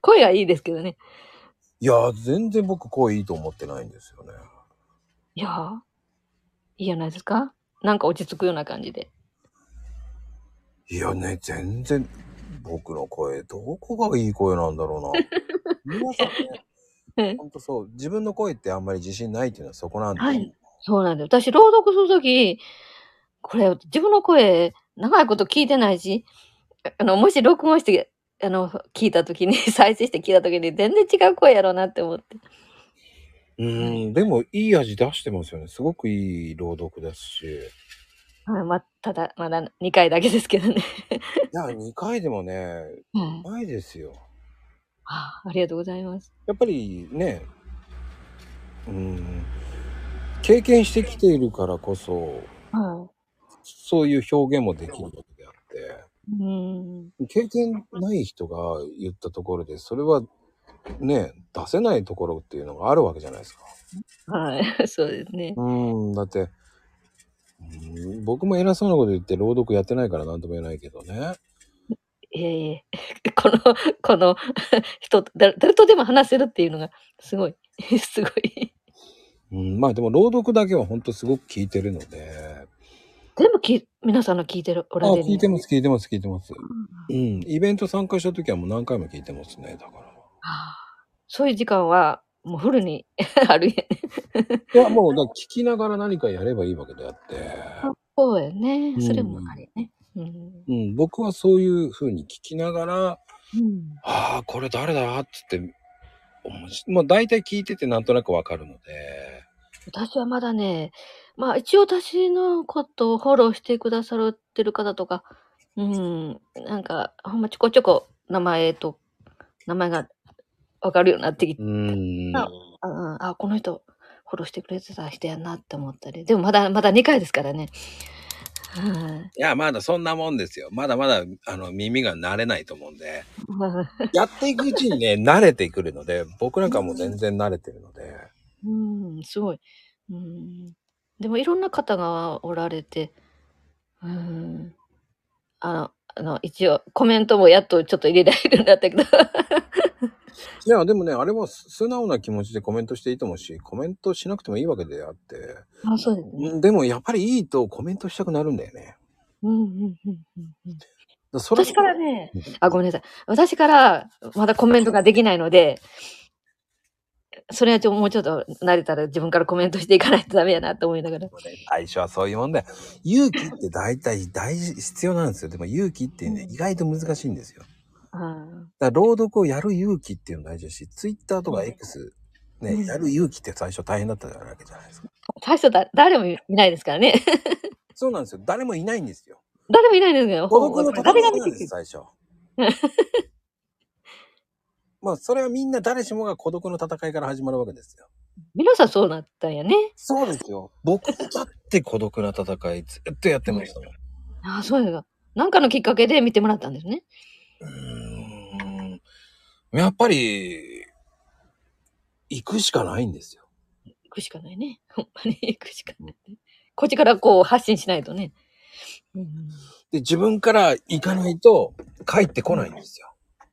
Speaker 2: 声はいいですけどね。
Speaker 1: いやー、全然僕声いいと思ってないんですよね。
Speaker 2: いやーいいじゃないですかなんか落ち着くような感じで。
Speaker 1: いやね、全然、僕の声、どこがいい声なんだろ うな。皆さん
Speaker 2: え
Speaker 1: ね、ほんとそう、自分の声ってあんまり自信ないっていうのはそこなんで。
Speaker 2: はいそうなんです。私、朗読するとき、これ、自分の声、長いこと聞いてないし、あの、もし録音して、あの、聞いたときに、 再生して聞いたときに、全然違う声やろうなって思って。
Speaker 1: うん、でもいい味出してますよね。すごくいい朗読ですし。い
Speaker 2: はい、まあ、ただ、まだ2回だけですけどね。
Speaker 1: や、2回でもね、
Speaker 2: はい
Speaker 1: ないですよ。
Speaker 2: あありがとうございます。
Speaker 1: やっぱりね、うん、経験してきているからこそ、
Speaker 2: は
Speaker 1: そういう表現もできるわけであって。
Speaker 2: い。うん。
Speaker 1: 経験ない人が言ったところでそれはね出せないところっていうのがあるわけじゃないですか。
Speaker 2: はい。 そうですね。
Speaker 1: うんだってうん僕も偉そうなこと言って朗読やってないから何とも言えないけどね。
Speaker 2: いえいえ。 この、この 人、誰誰とでも話せるっていうのが、すごい。 すごい。
Speaker 1: うん、まあでも朗読だけは本当すごく聞いてるので。
Speaker 2: 全部き、皆さんの聞いてる、お
Speaker 1: あ
Speaker 2: られる。
Speaker 1: 聞いてます聞いてます聞いてます。うんイベント参加した時はもう何回も聞いてますねだから。
Speaker 2: ああそういう時間は、もうフルにあるやね。
Speaker 1: いやもうだから聞きながら何かやればいいわけであって。
Speaker 2: そうやね
Speaker 1: う。ん
Speaker 2: それもありね。うん。
Speaker 1: うん、僕はそういう風に聞きながら
Speaker 2: うん。
Speaker 1: ああ、これ誰だっつって、おもしもう大体聞いててなんとなくわかるので、
Speaker 2: 私はまだね、まあ一応私のことをフォローしてくださってる方とか、うん、なんかほんまちょこちょこ名前と、名前がわかるようになってきて、
Speaker 1: うーん。
Speaker 2: あうんあ、この人フォローしてくれてた人やなって思ったり、でもまだまだ2回ですからね。はい
Speaker 1: いや、まだそんなもんですよ。まだまだ、あの、耳が慣れないと思うんで、
Speaker 2: まあ
Speaker 1: やっていくうちにね、慣れてくるので、僕なんかもう全然慣れてるので、
Speaker 2: うん、すごい。うん、でもいろんな方がおられて、うん、あの、あの一応コメントもやっとちょっと入れられるようになったけど。
Speaker 1: いや、でもね、あれも素直な気持ちでコメントしていいと思うし、コメントしなくてもいいわけであって、
Speaker 2: あ、そうですね。
Speaker 1: うんでもやっぱりいいとコメントしたくなるんだよね。
Speaker 2: うんうんうんうんうん。
Speaker 1: だそれ
Speaker 2: 私からね
Speaker 1: うん、
Speaker 2: あ、ごめんなさい。私からまだコメントができないので、それはちょもうちょっと慣れたら自分からコメントしていかないとダメやなと思いながら。
Speaker 1: 最初はそういうもんだよ。勇気って大体大事、必要なんですよ。でも勇気ってね、
Speaker 2: うん
Speaker 1: 意外と難しいんですよ。
Speaker 2: あ
Speaker 1: だから朗読をやる勇気っていうの大事だし、ツイッターとか X、ね、
Speaker 2: うん
Speaker 1: やる勇気って最初大変だったわけじゃないですか。
Speaker 2: 最初だ、誰もいないですからね。
Speaker 1: そうなんですよ。誰もいないんですよ。
Speaker 2: 誰もいないですけど、
Speaker 1: 孤独の戦
Speaker 2: 誰
Speaker 1: い
Speaker 2: が
Speaker 1: な
Speaker 2: 見
Speaker 1: ん
Speaker 2: て
Speaker 1: で
Speaker 2: くる
Speaker 1: す、最初。まあ、それはみんな誰しもが孤独の戦いから始まるわけですよ。
Speaker 2: 皆さんそうなったんやね。
Speaker 1: そうですよ。僕だって孤独な戦いずっとやってましたもん。
Speaker 2: ああ、そうやが。なんかのきっかけで見てもらったんですね。
Speaker 1: うーんやっぱり、行くしかないんですよ。
Speaker 2: 行くしかないね。 ほんまに行くしかないね。こっちからこう発信しないとね。うん、
Speaker 1: で、自分から行かないと帰ってこないんですよ。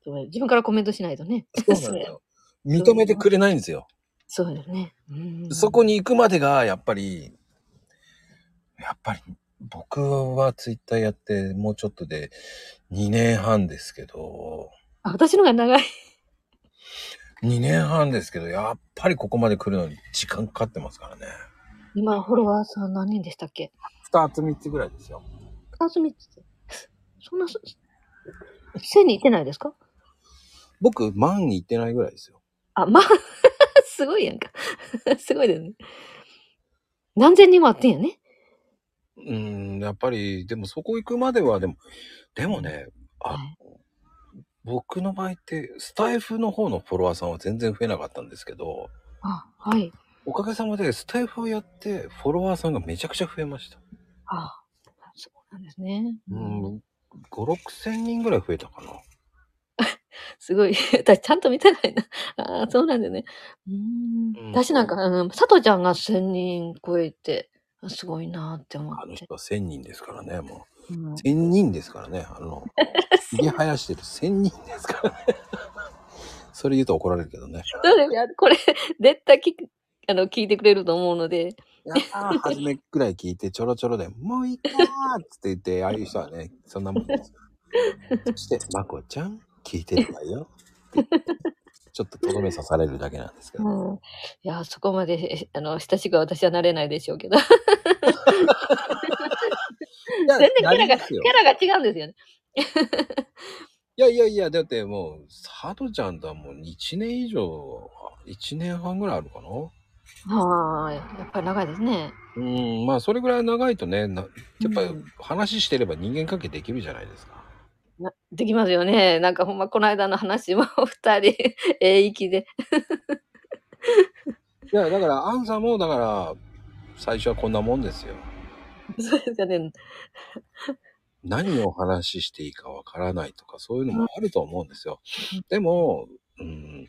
Speaker 2: そうや自分からコメントしないとね。
Speaker 1: そうなんですよ。認めてくれないんですよ。
Speaker 2: そうだよね。うん、
Speaker 1: そこに行くまでが、やっぱり、やっぱり、僕はツイッターやってもうちょっとで2年半ですけど、
Speaker 2: あ私のが長い。
Speaker 1: 2年半ですけど、やっぱりここまで来るのに時間かかってますからね。
Speaker 2: 今、フォロワーさん何人でしたっけ
Speaker 1: 2つ3つぐらいですよ。
Speaker 2: 二つ三つ。そんな、そ1000人いってないですか
Speaker 1: 僕、万に行ってないぐらいですよ。
Speaker 2: あ、まあ、 すごいやんか。 すごいだよね。何千人もあってんやね。
Speaker 1: うん、やっぱり、でもそこ行くまでは、でも、でもね、あ、
Speaker 2: はい
Speaker 1: 僕の場合って、スタイフの方のフォロワーさんは全然増えなかったんですけど、
Speaker 2: あ、はい。
Speaker 1: おかげさまでスタイフをやって、フォロワーさんがめちゃくちゃ増えました。
Speaker 2: あ、そうなんですね。
Speaker 1: うん、5、6千人ぐらい増えたかな。
Speaker 2: すごい。 私ちゃんと見てない な。あーそうなんだよね。うーん
Speaker 1: うん
Speaker 2: 私なんか、うん、佐藤ちゃんが1000人超えて、あすごいなーって思
Speaker 1: あの
Speaker 2: って。
Speaker 1: 人は千人ですからね、も
Speaker 2: うん
Speaker 1: う。千人ですからね、あ の、ひげ生やしてる千人ですからね。 それ言うと怒られるけどね。
Speaker 2: そうですよ。これ、 絶対聞くあの聞いてくれると思うので、
Speaker 1: ああ、初めくらい聞いてちょろちょろで、もういいかーっつって言って、ああいう人はね、そんなもんです。そして、まこちゃん、聞いてるわよ。ちょっととどめ刺されるだけなんですけ
Speaker 2: う
Speaker 1: ど。
Speaker 2: ん、いやー、そこまであの親しくは私はなれないでしょうけど、キ
Speaker 1: いや
Speaker 2: 全然キャラが
Speaker 1: なりますよ
Speaker 2: ャラが違うんですよね。
Speaker 1: いやいやいや、だってもう、佐藤ちゃんとはもう1年以上、1年半ぐらいあるかな。
Speaker 2: はーい。やっぱり長いですね。
Speaker 1: うん、まあそれぐらい長いとね、なやっぱ
Speaker 2: う
Speaker 1: り
Speaker 2: ん
Speaker 1: 話してれば人間関係できるじゃないですか。
Speaker 2: なできますよね。なんかほんま、この間の話も 二人、ええ息で。
Speaker 1: いや、だから、アンさんも、だから、最初はこんなもんですよ。
Speaker 2: そうですかね。
Speaker 1: 何をお話ししていいかわからないとか、そういうのもあると思うんですよ。でも、うん、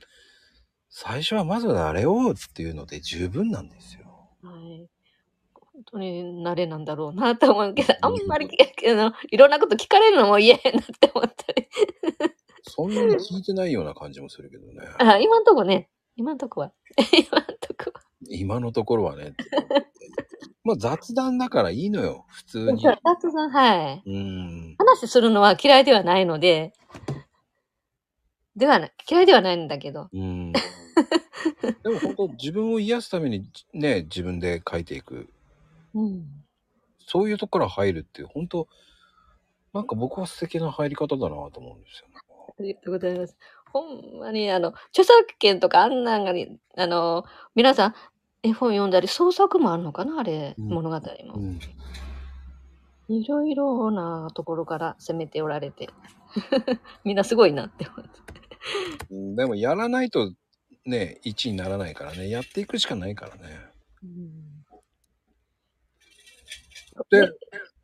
Speaker 1: 最初はまず慣れようっていうので十分なんですよ。
Speaker 2: はい。本当に慣れなんだろうなと思うけど、あんまり聞けあのいろんなこと聞かれるのも嫌やなって思ったり。
Speaker 1: そんなに聞いてないような感じもするけどね。
Speaker 2: あ今んとこね、今んとこは。 今んとこは。
Speaker 1: 今のところはね。 まあ雑談だからいいのよ、普通に。
Speaker 2: ラストさん、はい。
Speaker 1: うん。
Speaker 2: 話するのは嫌いではないので、ではない、嫌いではないんだけど。
Speaker 1: うん。でも本当自分を癒すためにね自分で書いていく
Speaker 2: うん。
Speaker 1: そういうとこから入るっていう本当なんか僕は素敵な入り方だなと思うんですよ、ね。
Speaker 2: ありがとうございます。ほんまに、あの、著作権とかあんなんがに、あの、皆さん、絵本読んだり、創作もあるのかなあれ、
Speaker 1: うん
Speaker 2: 物語も。
Speaker 1: うん、
Speaker 2: いろいろなところから攻めておられて、 みんなすごいなって思って。
Speaker 1: うんでもやらないとね1にならないからねやっていくしかないからね。で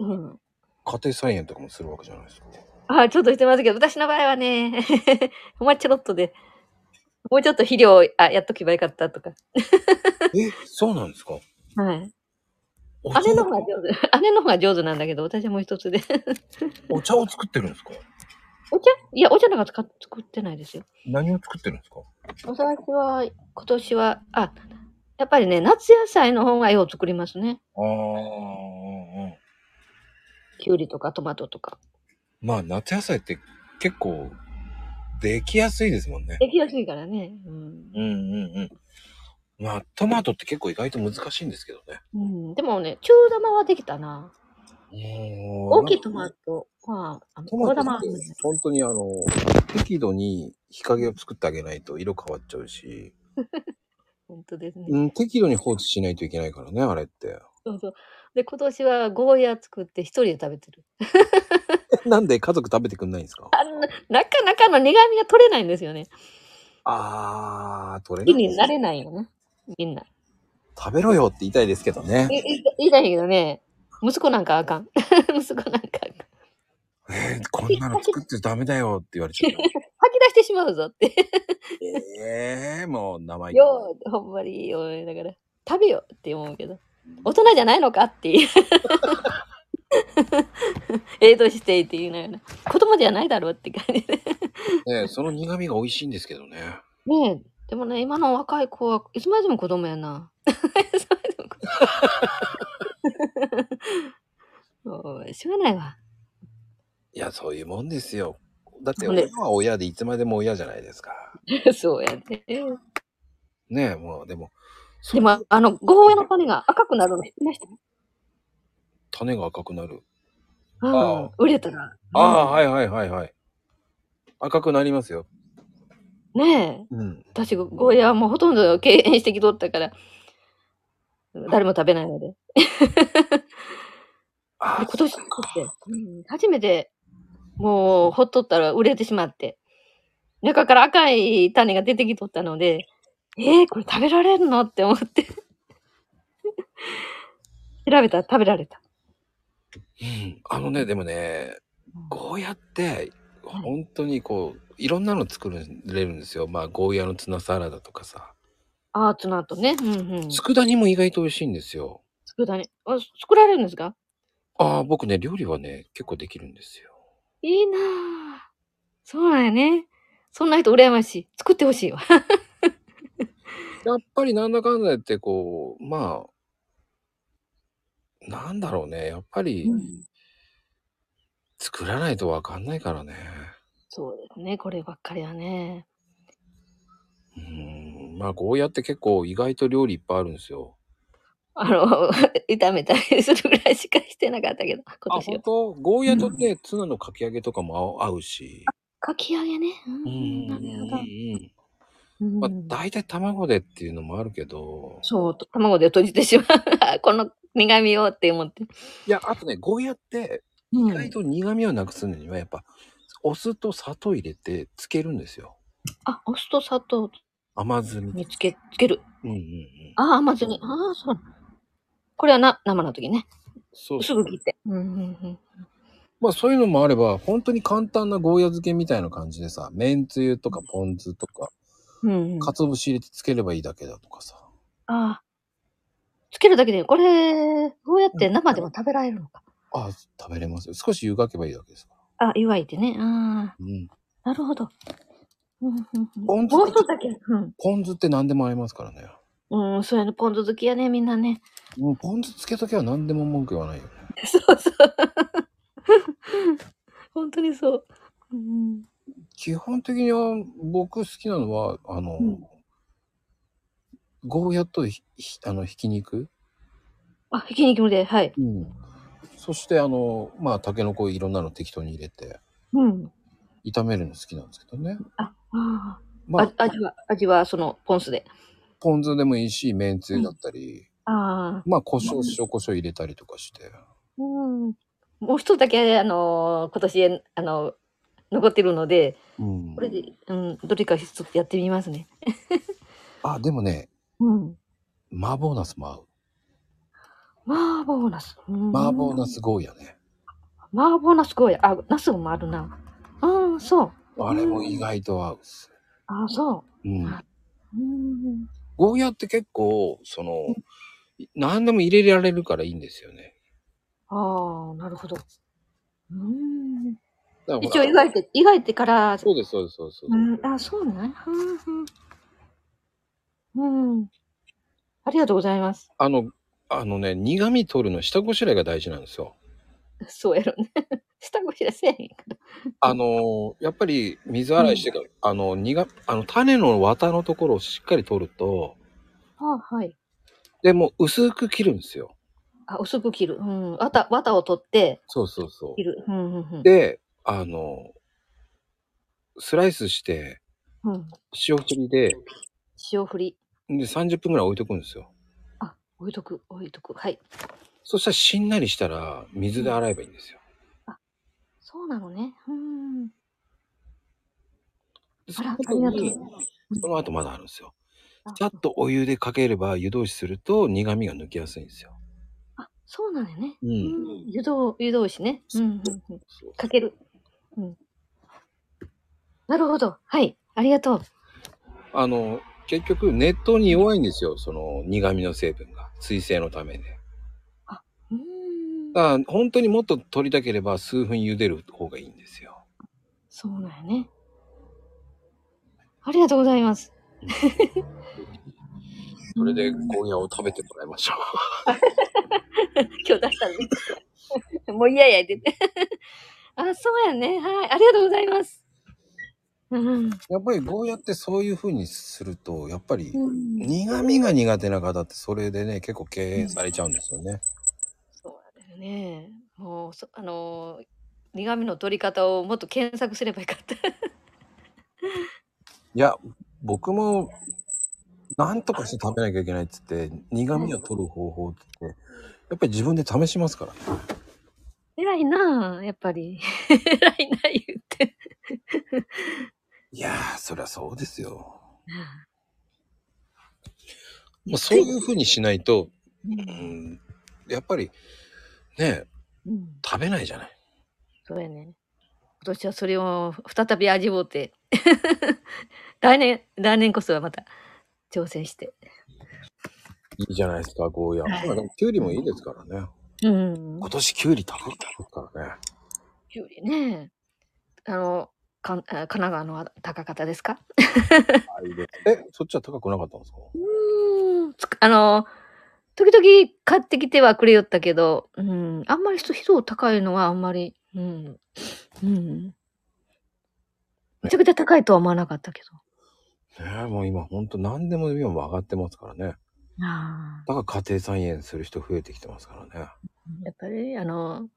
Speaker 2: うん、
Speaker 1: 家庭菜園とかもするわけじゃないですか。
Speaker 2: あちょっとしてますけど、私の場合はね、 ほんまちょろっとで、もうちょっと肥料あやっとけばよかったとか。
Speaker 1: えそうなんですか
Speaker 2: はい。
Speaker 1: お茶
Speaker 2: 姉の方が上手。 姉の方が上手なんだけど、私はもう一つで。
Speaker 1: お茶を作ってるんですか
Speaker 2: お茶いや、お茶なんか使っ作ってないですよ。
Speaker 1: 何を作ってるんですか
Speaker 2: お酒は、今年は、あ、やっぱりね、夏野菜の方がよう作りますね。
Speaker 1: ああ、うんうん、
Speaker 2: きゅうりとかトマトとか。
Speaker 1: まあ夏野菜って結構できやすいですもんね。
Speaker 2: できやすいからね。うん
Speaker 1: うんうんうん。まあ、トマトって結構意外と難しいんですけどね。
Speaker 2: うん、でもね、中玉はできたな。大
Speaker 1: 大
Speaker 2: きいトマトは、あの
Speaker 1: トマ
Speaker 2: 小
Speaker 1: ト
Speaker 2: 玉は
Speaker 1: っ。て本当にあの、適度に日陰を作ってあげないと色変わっちゃうし、
Speaker 2: 本当ですね。
Speaker 1: うん、適度に放置しないといけないからね、あれって。
Speaker 2: そうそう。で、今年はゴーヤ作って一人で食べてる。
Speaker 1: なんで家族食べてくんないんですか
Speaker 2: あんな、なかなかの苦味が取れないんですよね。
Speaker 1: あー、取れ
Speaker 2: 木
Speaker 1: ない。
Speaker 2: になれないよね。みんな。
Speaker 1: 食べろよって言いたいですけどね。
Speaker 2: いい言いたいけどね、息子なんかあかん。 息子なんかあかん。
Speaker 1: えー、こんなの作ってダメだよって言われちゃう。
Speaker 2: 吐き出してしまうぞって。
Speaker 1: ええー、もう名前。
Speaker 2: よう、ほんまによう、だから、食べよって思うけど、大人じゃないのかっていう。 ええとしてって言いながら、子供じゃないだろうって感じで。
Speaker 1: ねその苦味が美味しいんですけどね。
Speaker 2: ねえ、でもね、今の若い子はいつまでも子供やな。 いつまでも子供もうしょうがないわ。
Speaker 1: いや、そういうもんですよ。だって
Speaker 2: そうで
Speaker 1: 親
Speaker 2: す
Speaker 1: は親でいつまでも親じゃないですか。
Speaker 2: そうやって。
Speaker 1: ねえ、もうでも、そ
Speaker 2: で
Speaker 1: の
Speaker 2: も、あの、ゴーヤの種が赤くなるの知ってました
Speaker 1: 種が赤くなる。
Speaker 2: うん
Speaker 1: あ、
Speaker 2: 売れたら。
Speaker 1: ああ、はいはいはいはい。赤くなりますよ。
Speaker 2: ねえ、
Speaker 1: うん。
Speaker 2: 私、ゴーヤはもうほとんど敬遠してきとったから、誰も食べないので。で
Speaker 1: あ
Speaker 2: 今
Speaker 1: あ、
Speaker 2: 年になって、うん初めて、もう、ほっとったら売れてしまって、中から赤い種が出てきとったので、えー、これ食べられるのって思って。調 べたら食べられた。
Speaker 1: うん。あのね、でもね、
Speaker 2: うん
Speaker 1: ゴーヤって、本当にこう、いろんなの作れるんですよ。まあ、ゴーヤのツナサラダとかさ。
Speaker 2: あーツの後ね。うんうん。
Speaker 1: 佃煮も意外と美味しいんですよ。
Speaker 2: 作だね。あ作られるんですか
Speaker 1: ああ、僕ね、料理はね、結構できるんですよ。
Speaker 2: いいなぁ。そうなんやね。そんな人羨ましい。作ってほしいわ。
Speaker 1: やっぱりなんだかんだ言ってこう、まあ、なんだろうね。やっぱり作らないとわかんないからね。
Speaker 2: そうですね。こればっかりはね。
Speaker 1: うん。まあ、ゴーヤって結構意外と料理いっぱいあるんですよ。
Speaker 2: あの、 炒めたりするぐらいしかしてなかったけど、今
Speaker 1: あ、
Speaker 2: 年
Speaker 1: 本
Speaker 2: は。
Speaker 1: 当ゴーヤとね、ツナのかき揚げとかも合う合うし。
Speaker 2: かき揚げね。う。
Speaker 1: うんん。
Speaker 2: な
Speaker 1: う
Speaker 2: るほど。
Speaker 1: ん
Speaker 2: うん
Speaker 1: まあ、大体卵でっていうのもあるけど。
Speaker 2: そう、卵で閉じてしまう。 あこの苦味をって思って。
Speaker 1: いや、あとね、ゴーヤって
Speaker 2: う
Speaker 1: 意外と苦味をなくすのには、やっぱ、お酢と砂糖入れて漬けるんですよ。
Speaker 2: あ、お酢と砂糖
Speaker 1: 甘酢みたい
Speaker 2: につけ、つける。
Speaker 1: な。うんうんうん。
Speaker 2: あ、甘酢に。ああ、そう。これはな、生の時ね。
Speaker 1: そう
Speaker 2: すぐ切って。うんうんうん。
Speaker 1: まあそういうのもあれば、本当に簡単なゴーヤ漬けみたいな感じでさ、めんつゆとかポン酢とか、
Speaker 2: うんうん、
Speaker 1: かつぶし入れてつければいいだけだとかさ。
Speaker 2: ああ。つけるだけで、これ、こうやって生でも食べられるのか。
Speaker 1: ああ、食べれますよ。少し湯がけばいいだけですから。
Speaker 2: あ、湯がいてね。ああ、
Speaker 1: うん。
Speaker 2: なるほど。うんうんうん
Speaker 1: ポン酢
Speaker 2: もう一つだけ。う
Speaker 1: ポン酢って何でも合いますからね。
Speaker 2: ん。うん、そうやね。ポン酢好きやね、みんなね。
Speaker 1: うん、ポン酢つけときは何でも文句言わないよね。
Speaker 2: そうそう。本当にそう。うん、
Speaker 1: 基本的には僕好きなのは、あの、
Speaker 2: うん
Speaker 1: ゴーヤとひひあのひき肉、
Speaker 2: あ、ひき肉で、はい。
Speaker 1: うん、そしてあの、まあ、タケノコいろんなの適当に入れて、
Speaker 2: うん。
Speaker 1: 炒めるの好きなんですけどね。
Speaker 2: あ、あ
Speaker 1: ま
Speaker 2: あ
Speaker 1: あ
Speaker 2: あ、味は、味は、その、ポン酢で。
Speaker 1: ポン酢でもいいし、めんつゆだったり、
Speaker 2: ああ。
Speaker 1: まあ、胡椒、塩胡椒入れたりとかして。
Speaker 2: うん。もう一つだけ、あのー今年、あの残ってるので、
Speaker 1: うん
Speaker 2: こ。れで、うん、どれか一つやってみますね。
Speaker 1: あ、でもね、
Speaker 2: うん。
Speaker 1: 麻婆茄子も合う。
Speaker 2: 麻婆ナス。うん
Speaker 1: 麻婆茄。子ゴーヤね。
Speaker 2: 麻婆ナスゴーヤ。あ、ナスもあるな。うん、そう。
Speaker 1: あれも意外と合うっす。
Speaker 2: あ、そ
Speaker 1: うん。
Speaker 2: う。うん。
Speaker 1: ゴーヤって結構、その、何でも入れられるからいいんですよね。
Speaker 2: ああ、なるほど。うん。
Speaker 1: だからほら
Speaker 2: 一応、湯がいて、湯がいてから、
Speaker 1: そうです、そうです、そうです。そう
Speaker 2: う
Speaker 1: です
Speaker 2: ん、あ、そうね。うん。うん。ありがとうございます。
Speaker 1: あの、あのね、苦味取るの下ごしらえが大事なんですよ。
Speaker 2: そうやろね。 下ごしらせやへんから。
Speaker 1: あの、やっぱり水洗いしてから、あの、苦、あの、種の綿のところをしっかり取ると、
Speaker 2: あはい。
Speaker 1: でもう薄く切るんですよ。
Speaker 2: あ、薄く切る。うん。わた、わたを取って
Speaker 1: そうそうそ
Speaker 2: 切る。うん、うん、うん
Speaker 1: う。。で、あの、スライスして、
Speaker 2: うん。
Speaker 1: 塩振りで、
Speaker 2: 塩振り。
Speaker 1: で30分ぐらい置いとくんですよ。
Speaker 2: あ、置いとく、置いとく。はい。
Speaker 1: そしたらしんなりしたら水で洗えばいいんですよ。
Speaker 2: そうなのね。うーん。
Speaker 1: で
Speaker 2: あら、あ
Speaker 1: そ
Speaker 2: り
Speaker 1: の
Speaker 2: がと
Speaker 1: 時
Speaker 2: う
Speaker 1: に。その後まだあるんですよ。
Speaker 2: あ
Speaker 1: ちょっとお湯でかければ湯通しすると苦味が抜けやすいんですよ。
Speaker 2: あ、そうなのよね。
Speaker 1: う。
Speaker 2: うんん。湯通湯通しね。うんうんうん。
Speaker 1: そう
Speaker 2: かける。うん。なるほど。はい。ありがとう。
Speaker 1: あの、結局熱湯に弱いんですよ。その苦味の成分が。水性のためで。
Speaker 2: うーん。
Speaker 1: だから本当にもっと取りたければ数分茹でる方がいいんですよ。
Speaker 2: そうなんよね。ありがとうございます。
Speaker 1: それで今夜を食べてもらいましょう。
Speaker 2: 今日出したんで。 もう嫌や出て。あ、そうやね。はい。ありがとうございます。うん。
Speaker 1: やっぱりゴーヤってそういう風にすると、やっぱり
Speaker 2: うん
Speaker 1: 苦味が苦手な方ってそれでね、結構敬遠されちゃうんですよね。
Speaker 2: そうだよね。もう、そあのー苦味の取り方をもっと検索すればよかった。
Speaker 1: いや、僕も、なんとかして食べなきゃいけないっつって、苦味を取る方法っつって、やっぱり自分で試しますからね。
Speaker 2: 偉いなあやっぱり。偉いな、言って。
Speaker 1: いやー、そりゃそうですよ。まあ、そういう風にしないと、
Speaker 2: うん
Speaker 1: うん、やっぱり、ね、
Speaker 2: うん、
Speaker 1: 食べないじゃない。
Speaker 2: そうやね。今年はそれを再び味わうて。 来年、来年こそはまた挑戦して。
Speaker 1: いいじゃないですか、ゴーヤ。まあでも、キュウリもいいですからね。
Speaker 2: うん
Speaker 1: 今。年キュウリ食べたからね。
Speaker 2: きゅうりね。あの、かんあ神奈川の高方ですか
Speaker 1: え、そっちは高くなかったんですか
Speaker 2: うーん。つくあの、時々買ってきてはくれよったけど、うん。あんまり人、人高いのはあんまり、うん。うん。めちゃくちゃ高いとは思わなかったけど。
Speaker 1: ねえ、もう今ほんと何でも今も上がってますからね。
Speaker 2: ああ。
Speaker 1: だから家庭菜園する人増えてきてますからね。
Speaker 2: やっぱり、あの、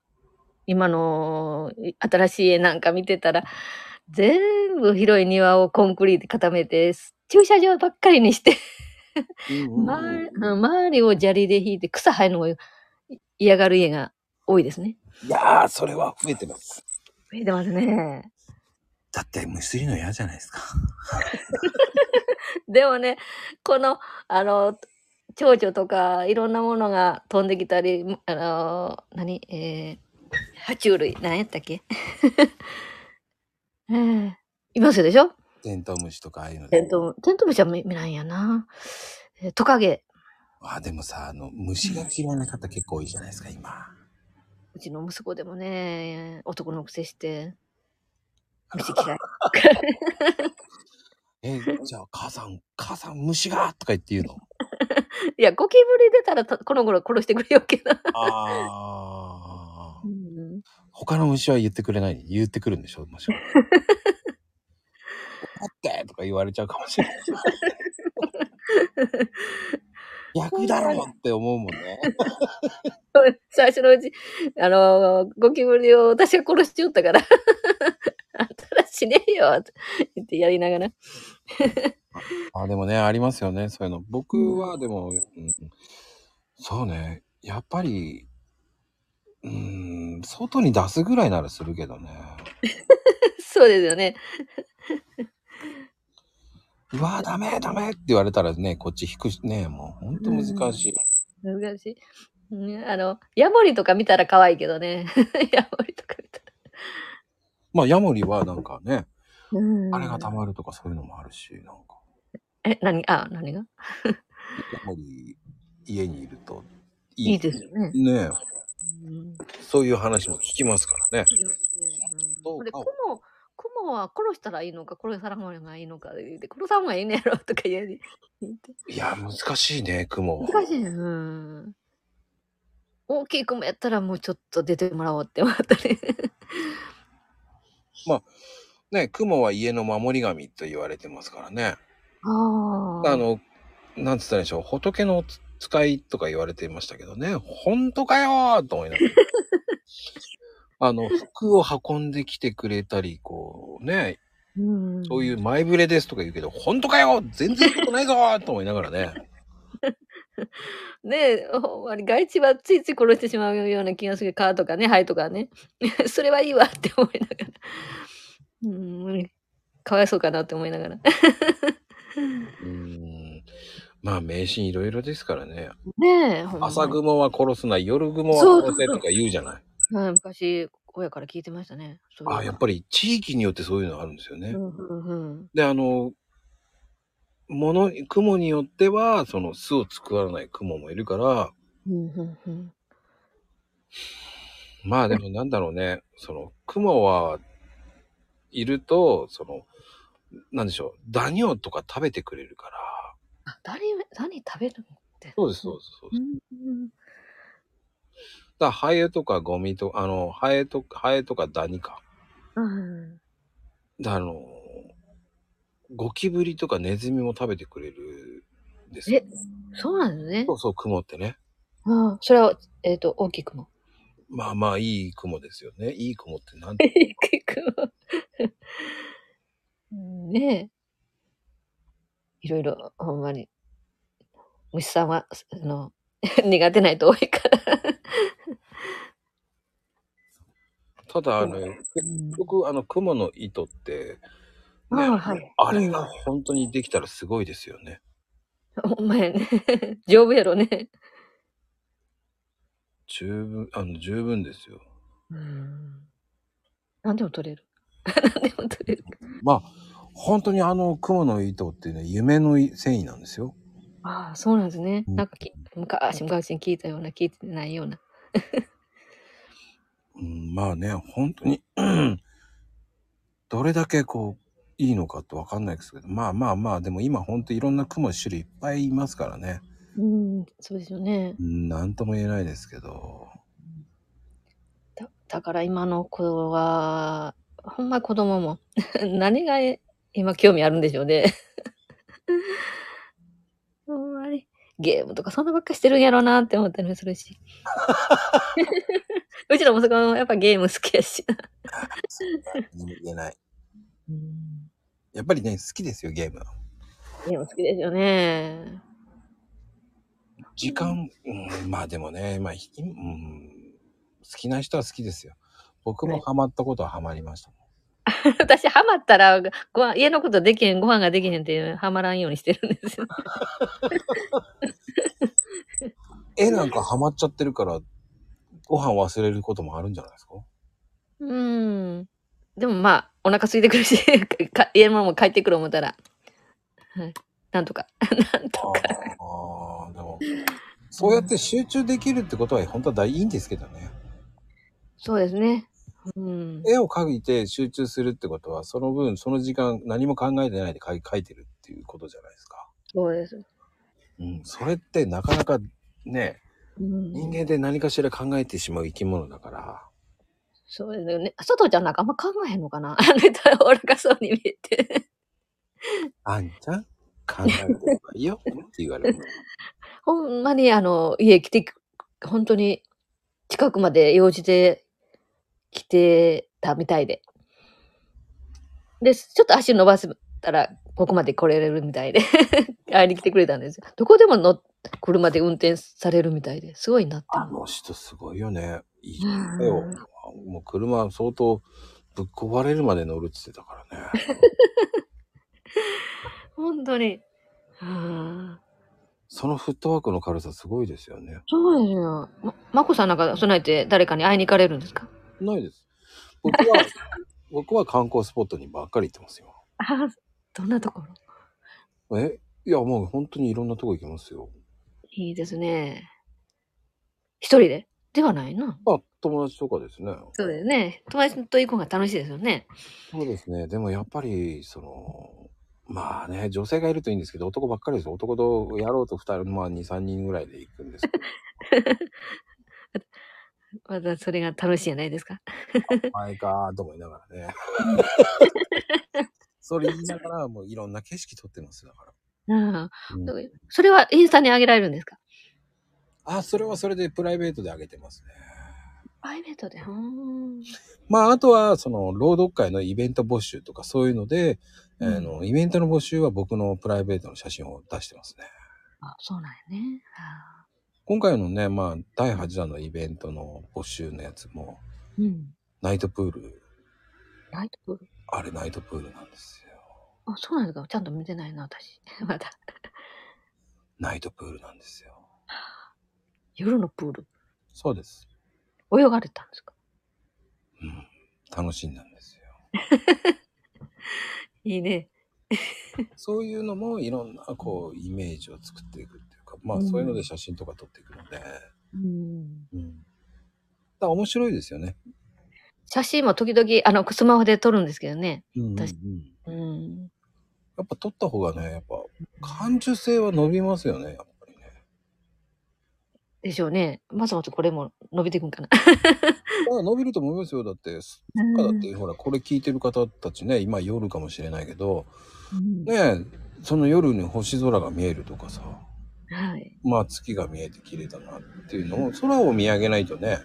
Speaker 2: 今のい新しい家なんか見てたら、全部広い庭をコンクリートで固めて、駐車場ばっかりにして、周りうん周りを砂利で引いて草生えるのを嫌がる家が多いですね。
Speaker 1: いやー、それは増えてます。
Speaker 2: 増えてますね。
Speaker 1: だって虫すりの嫌じゃないですか。
Speaker 2: でもね、この、あの、蝶々とかいろんなものが飛んできたり、むあの、何、えー、爬虫類、何やったっけ えーいますでしょ
Speaker 1: テントウムシとかああいうの
Speaker 2: テ
Speaker 1: で
Speaker 2: ン。トウム、テントウムシは見見ないんやな。えートカゲ、
Speaker 1: あ、でもさ、あの、虫が嫌いな方結構多いじゃないですか、今。
Speaker 2: うちの息子でもね、男の癖して、虫嫌い。
Speaker 1: え、じゃあ、母さん、母さん虫がとか言って言うの。
Speaker 2: いや、ゴキブリ出たらたこの頃殺してくれよけど。
Speaker 1: あ
Speaker 2: う
Speaker 1: ー。
Speaker 2: ん
Speaker 1: 他の虫は言ってくれない。言ってくるんでしょ、も しかして。怒ってとか言われちゃうかもしれ ない。逆だろうって思うもん ね。
Speaker 2: 最初のうち、あの、ゴキブリを私が殺しちゃったから、あんたら死ねえよって言ってやりながら。
Speaker 1: あでもねありますよねそういうの僕はでも、うん、そうねやっぱりうん外に出すぐらいならするけどね
Speaker 2: そうですよね。
Speaker 1: うわダメダメって言われたらねこっち引くしねもうほんと難しい、
Speaker 2: 難しい。ねあの、ヤモリとか見たら可愛いけどね。 ヤモリとか見たら。
Speaker 1: まあヤモリはなんかね、
Speaker 2: うん
Speaker 1: あれがたまるとかそういうのもあるしなんか
Speaker 2: え、何あ、何が
Speaker 1: ヤモリ家にいると
Speaker 2: いいですよね。
Speaker 1: ね
Speaker 2: うん
Speaker 1: そういう話も聞きますからね
Speaker 2: これ、クモ、クモは殺したらいいのか、殺さない方がいいのか、言うて殺さん方がいいねやろとか言うて言って。
Speaker 1: いや難しいね雲は
Speaker 2: 難しいね。うん。大きい雲やったらもうちょっと出てもらおうって思ったり。
Speaker 1: ね雲は家の守り神と言われてますからね
Speaker 2: あ
Speaker 1: あ、の、なんつったらいいんでしょう、仏の使いとか言われていましたけどね、本当かよーと思いなが ら。あの、服を運んできてくれたり、こうね、
Speaker 2: うん、。
Speaker 1: そういうう前触れですとか言うけど、本当かよ全然ことないぞーと思いながらね。
Speaker 2: ねえ、ほんまに外地はついつい殺してしまうような気がする。蚊とかね、灰とかね。 それはいいわって思いながら。うん、かわいそうかなって思いながら。
Speaker 1: まあ迷信いろいろですからね。
Speaker 2: ねえ、ほんま に
Speaker 1: 朝雲は殺すな、夜雲は
Speaker 2: そう
Speaker 1: 殺せとか言うじゃない。
Speaker 2: はい、昔、親から聞いてましたね。そういうの
Speaker 1: あやっぱり地域によってそういうのあるんですよね。
Speaker 2: うんうんうん。
Speaker 1: で、あの、もの、雲によっては、その巣を作らない雲もいるから、
Speaker 2: うんうんうん。
Speaker 1: まあでもなんだろうね、その雲はいると、その、なんでしょう、ダニオとか食べてくれるから。
Speaker 2: あ、誰、何食べるのって。
Speaker 1: そうです、そうです、そうです。
Speaker 2: うん
Speaker 1: だからハエとかゴミとあの、ハエとハエとかダニか。
Speaker 2: うん。
Speaker 1: だあの、ゴキブリとかネズミも食べてくれるんですよ
Speaker 2: え。、そうなんですね
Speaker 1: そ。うそう、雲ってね。
Speaker 2: うん。それは、えっ、と、大きくも。
Speaker 1: まあまあ、いい雲ですよね。いい雲ってなん
Speaker 2: 大きくも。 ねえ。いろいろ、ほんまに。虫さんは、あの、 苦手な人多いから。
Speaker 1: ただ、あの、
Speaker 2: う
Speaker 1: 結局、あの、雲の糸って、ね、
Speaker 2: ああはい
Speaker 1: あれが本当にできたらすごいですよね。
Speaker 2: ほんまやね。 丈夫やろね。
Speaker 1: 十分、あの、十分ですよ。
Speaker 2: うん。何でも取れる。 何でも取れる。
Speaker 1: まあ、本当にあの、雲の糸っていうのは夢の繊維なんですよ。
Speaker 2: ああ、そうなんですね。
Speaker 1: うん
Speaker 2: なんかき昔、昔に聞いたような、聞いてないような。
Speaker 1: うん、まあね、本当に、うんどれだけこう、いいのかってわかんないですけど、まあまあまあ、でも今本当いろんな雲種類いっぱいいますからね。
Speaker 2: うん、そうですよね。
Speaker 1: うん、なんとも言えないですけど。
Speaker 2: だだから今の子は、ほんま子供も、 何が今興味あるんでしょうね。 ほんまに。ゲームとかそんなばっかしてるんやろうなって思ったりもするし。 うちの息子もやっぱゲーム好きやし。
Speaker 1: 何も言えない。
Speaker 2: うん
Speaker 1: やっぱりね、好きですよ、ゲーム。
Speaker 2: ゲーム好きですよね。
Speaker 1: 時間、うん、まあでもね、まあ、ひうん、好きな人は好きですよ。僕も
Speaker 2: ね
Speaker 1: ハマったことはハマりましたもん。
Speaker 2: 私ハマったらご飯家のことできへんご飯ができへんっていうハマらんようにしてるんですよ。
Speaker 1: 絵なんかハマっちゃってるから、ご飯忘れることもあるんじゃないですか
Speaker 2: うん。でもまあお腹空いてくるし か家のもんも帰ってくる思ったら、はい、なんとかなんとか
Speaker 1: ああ、でも、そうやって集中できるってことは本当は大いいんですけどね。
Speaker 2: そうですね。うん。
Speaker 1: 絵を描いて集中するってことは、その分、その時間何も考えてないで描い描いてるっていうことじゃないですか。
Speaker 2: そうです。
Speaker 1: うん、それってなかなかね、
Speaker 2: うん、
Speaker 1: 人間で何かしら考えてしまう生き物だから。
Speaker 2: そうですよね。佐藤ちゃんなんかあんま考えへんのかな あの人はお腹そうに見えて。
Speaker 1: あんちゃん考えてればいいよって言われる。
Speaker 2: ほんまにあの家来てく本当に近くまで用事で来てたみたいで。で、ちょっと足伸ばせたら、ここまで来れるみたいで、 会いに来てくれたんですよ。どこでもの車で運転されるみたいで、すごいなって
Speaker 1: あ
Speaker 2: 思う。
Speaker 1: の人すごいよね。いい
Speaker 2: うん
Speaker 1: 絵を。もう車相当ぶっ壊れるまで乗るって言ってたからね。
Speaker 2: 本当に。うん
Speaker 1: そのフットワークの軽さすごいですよね。
Speaker 2: そうですよ。ま、まこさんなんか備えて誰かに会いに行かれるんですか
Speaker 1: ないです。僕 は、僕は観光スポットにばっかり行ってますよ。
Speaker 2: あどんなところ
Speaker 1: えいや、もう本当にいろんなとこ行きますよ。
Speaker 2: いいですね。一人でではないな。
Speaker 1: まあ、友達とかですね。
Speaker 2: そうだよね。友達と行くのが楽しいですよね。
Speaker 1: そうですね。でもやっぱり、その、まあね、女性がいるといいんですけど、男ばっかりです。男とやろうと2人、まあ2、3人ぐらいで行くんですけど
Speaker 2: またそれが楽しいじゃないですか。
Speaker 1: 前かーと思いながらね。それ言いながら、もういろんな景色撮ってますだから。
Speaker 2: うん。
Speaker 1: うん
Speaker 2: それはインスタに上げられるんですか
Speaker 1: あ、それはそれでプライベートであげてますね。
Speaker 2: プライベートで。うーん
Speaker 1: まあ、あとは、その、朗読会のイベント募集とかそういうので、
Speaker 2: うん
Speaker 1: あの、イベントの募集は僕のプライベートの写真を出してますね。
Speaker 2: あそうなんやね。あ
Speaker 1: 今回のね、まあ、第8弾のイベントの募集のやつも、
Speaker 2: ーうん。
Speaker 1: ナイトプール、
Speaker 2: ライトプール。
Speaker 1: あれナイトプールなんですよ。
Speaker 2: あ、そうなんですかちゃんと見てないな、私。まだ。
Speaker 1: ナイトプールなんですよ。
Speaker 2: 夜のプール。
Speaker 1: そうです。
Speaker 2: 泳がれたんですか
Speaker 1: うん。楽しんだんですよ。
Speaker 2: いいね。
Speaker 1: そういうのもいろんなこうイメージを作っていくっていうか、まあ
Speaker 2: うん
Speaker 1: そういうので写真とか撮っていくので、
Speaker 2: うん。
Speaker 1: うん。だから面白いですよね。
Speaker 2: 写真も時々、あの、スマホで撮るんですけどね。
Speaker 1: うんうんうん、
Speaker 2: 確うん。
Speaker 1: やっぱ撮った方がね、やっぱ感受性は伸びますよね、やっぱりね。
Speaker 2: でしょうね。ますますこれも伸びていくんかな。
Speaker 1: だから伸びると思いますよ。だって、そっかだって、ほら、これ聞いてる方たちね、今夜かもしれないけど、
Speaker 2: うん
Speaker 1: ねえ、その夜に星空が見えるとかさ、
Speaker 2: はい。
Speaker 1: まあ月が見えて綺麗だなっていうのを、空を見上げないとね、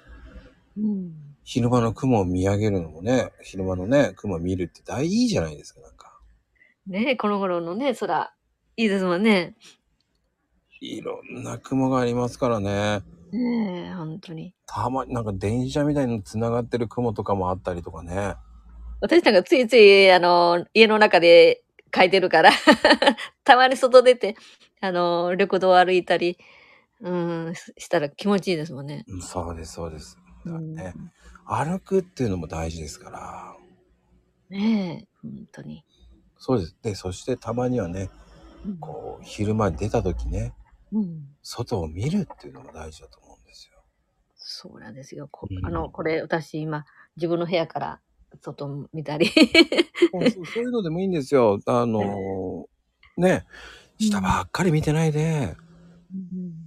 Speaker 2: うん。
Speaker 1: 昼間の雲を見上げるのもね、昼間のね、雲を見るって大いいじゃないですか、なんか。
Speaker 2: ねえこの頃のね、空、いいですもんね。
Speaker 1: いろんな雲がありますからね。
Speaker 2: ねえ本当に。
Speaker 1: たまになんか電車みたいに繋がってる雲とかもあったりとかね。
Speaker 2: 私なんかついつい、あの、家の中で書いてるから、 たまに外出て、あの、緑道を歩いたり、うん、ししたら気持ちいいですもんね。
Speaker 1: うんそうです、そうです。だから
Speaker 2: うん
Speaker 1: ね、歩くっていうのも大事ですから。
Speaker 2: ねえ、本当に。
Speaker 1: そうです。で、そしてたまにはね、
Speaker 2: うん
Speaker 1: こう、昼間に出た時ね、
Speaker 2: うん、
Speaker 1: 外を見るっていうのも大事だと思うんですよ。
Speaker 2: そうなんですよ。こ
Speaker 1: うん
Speaker 2: あの、これ私今、自分の部屋から外見たり。
Speaker 1: そうそうそういうのでもいいんですよ。あのね、下ばっかり見てないで、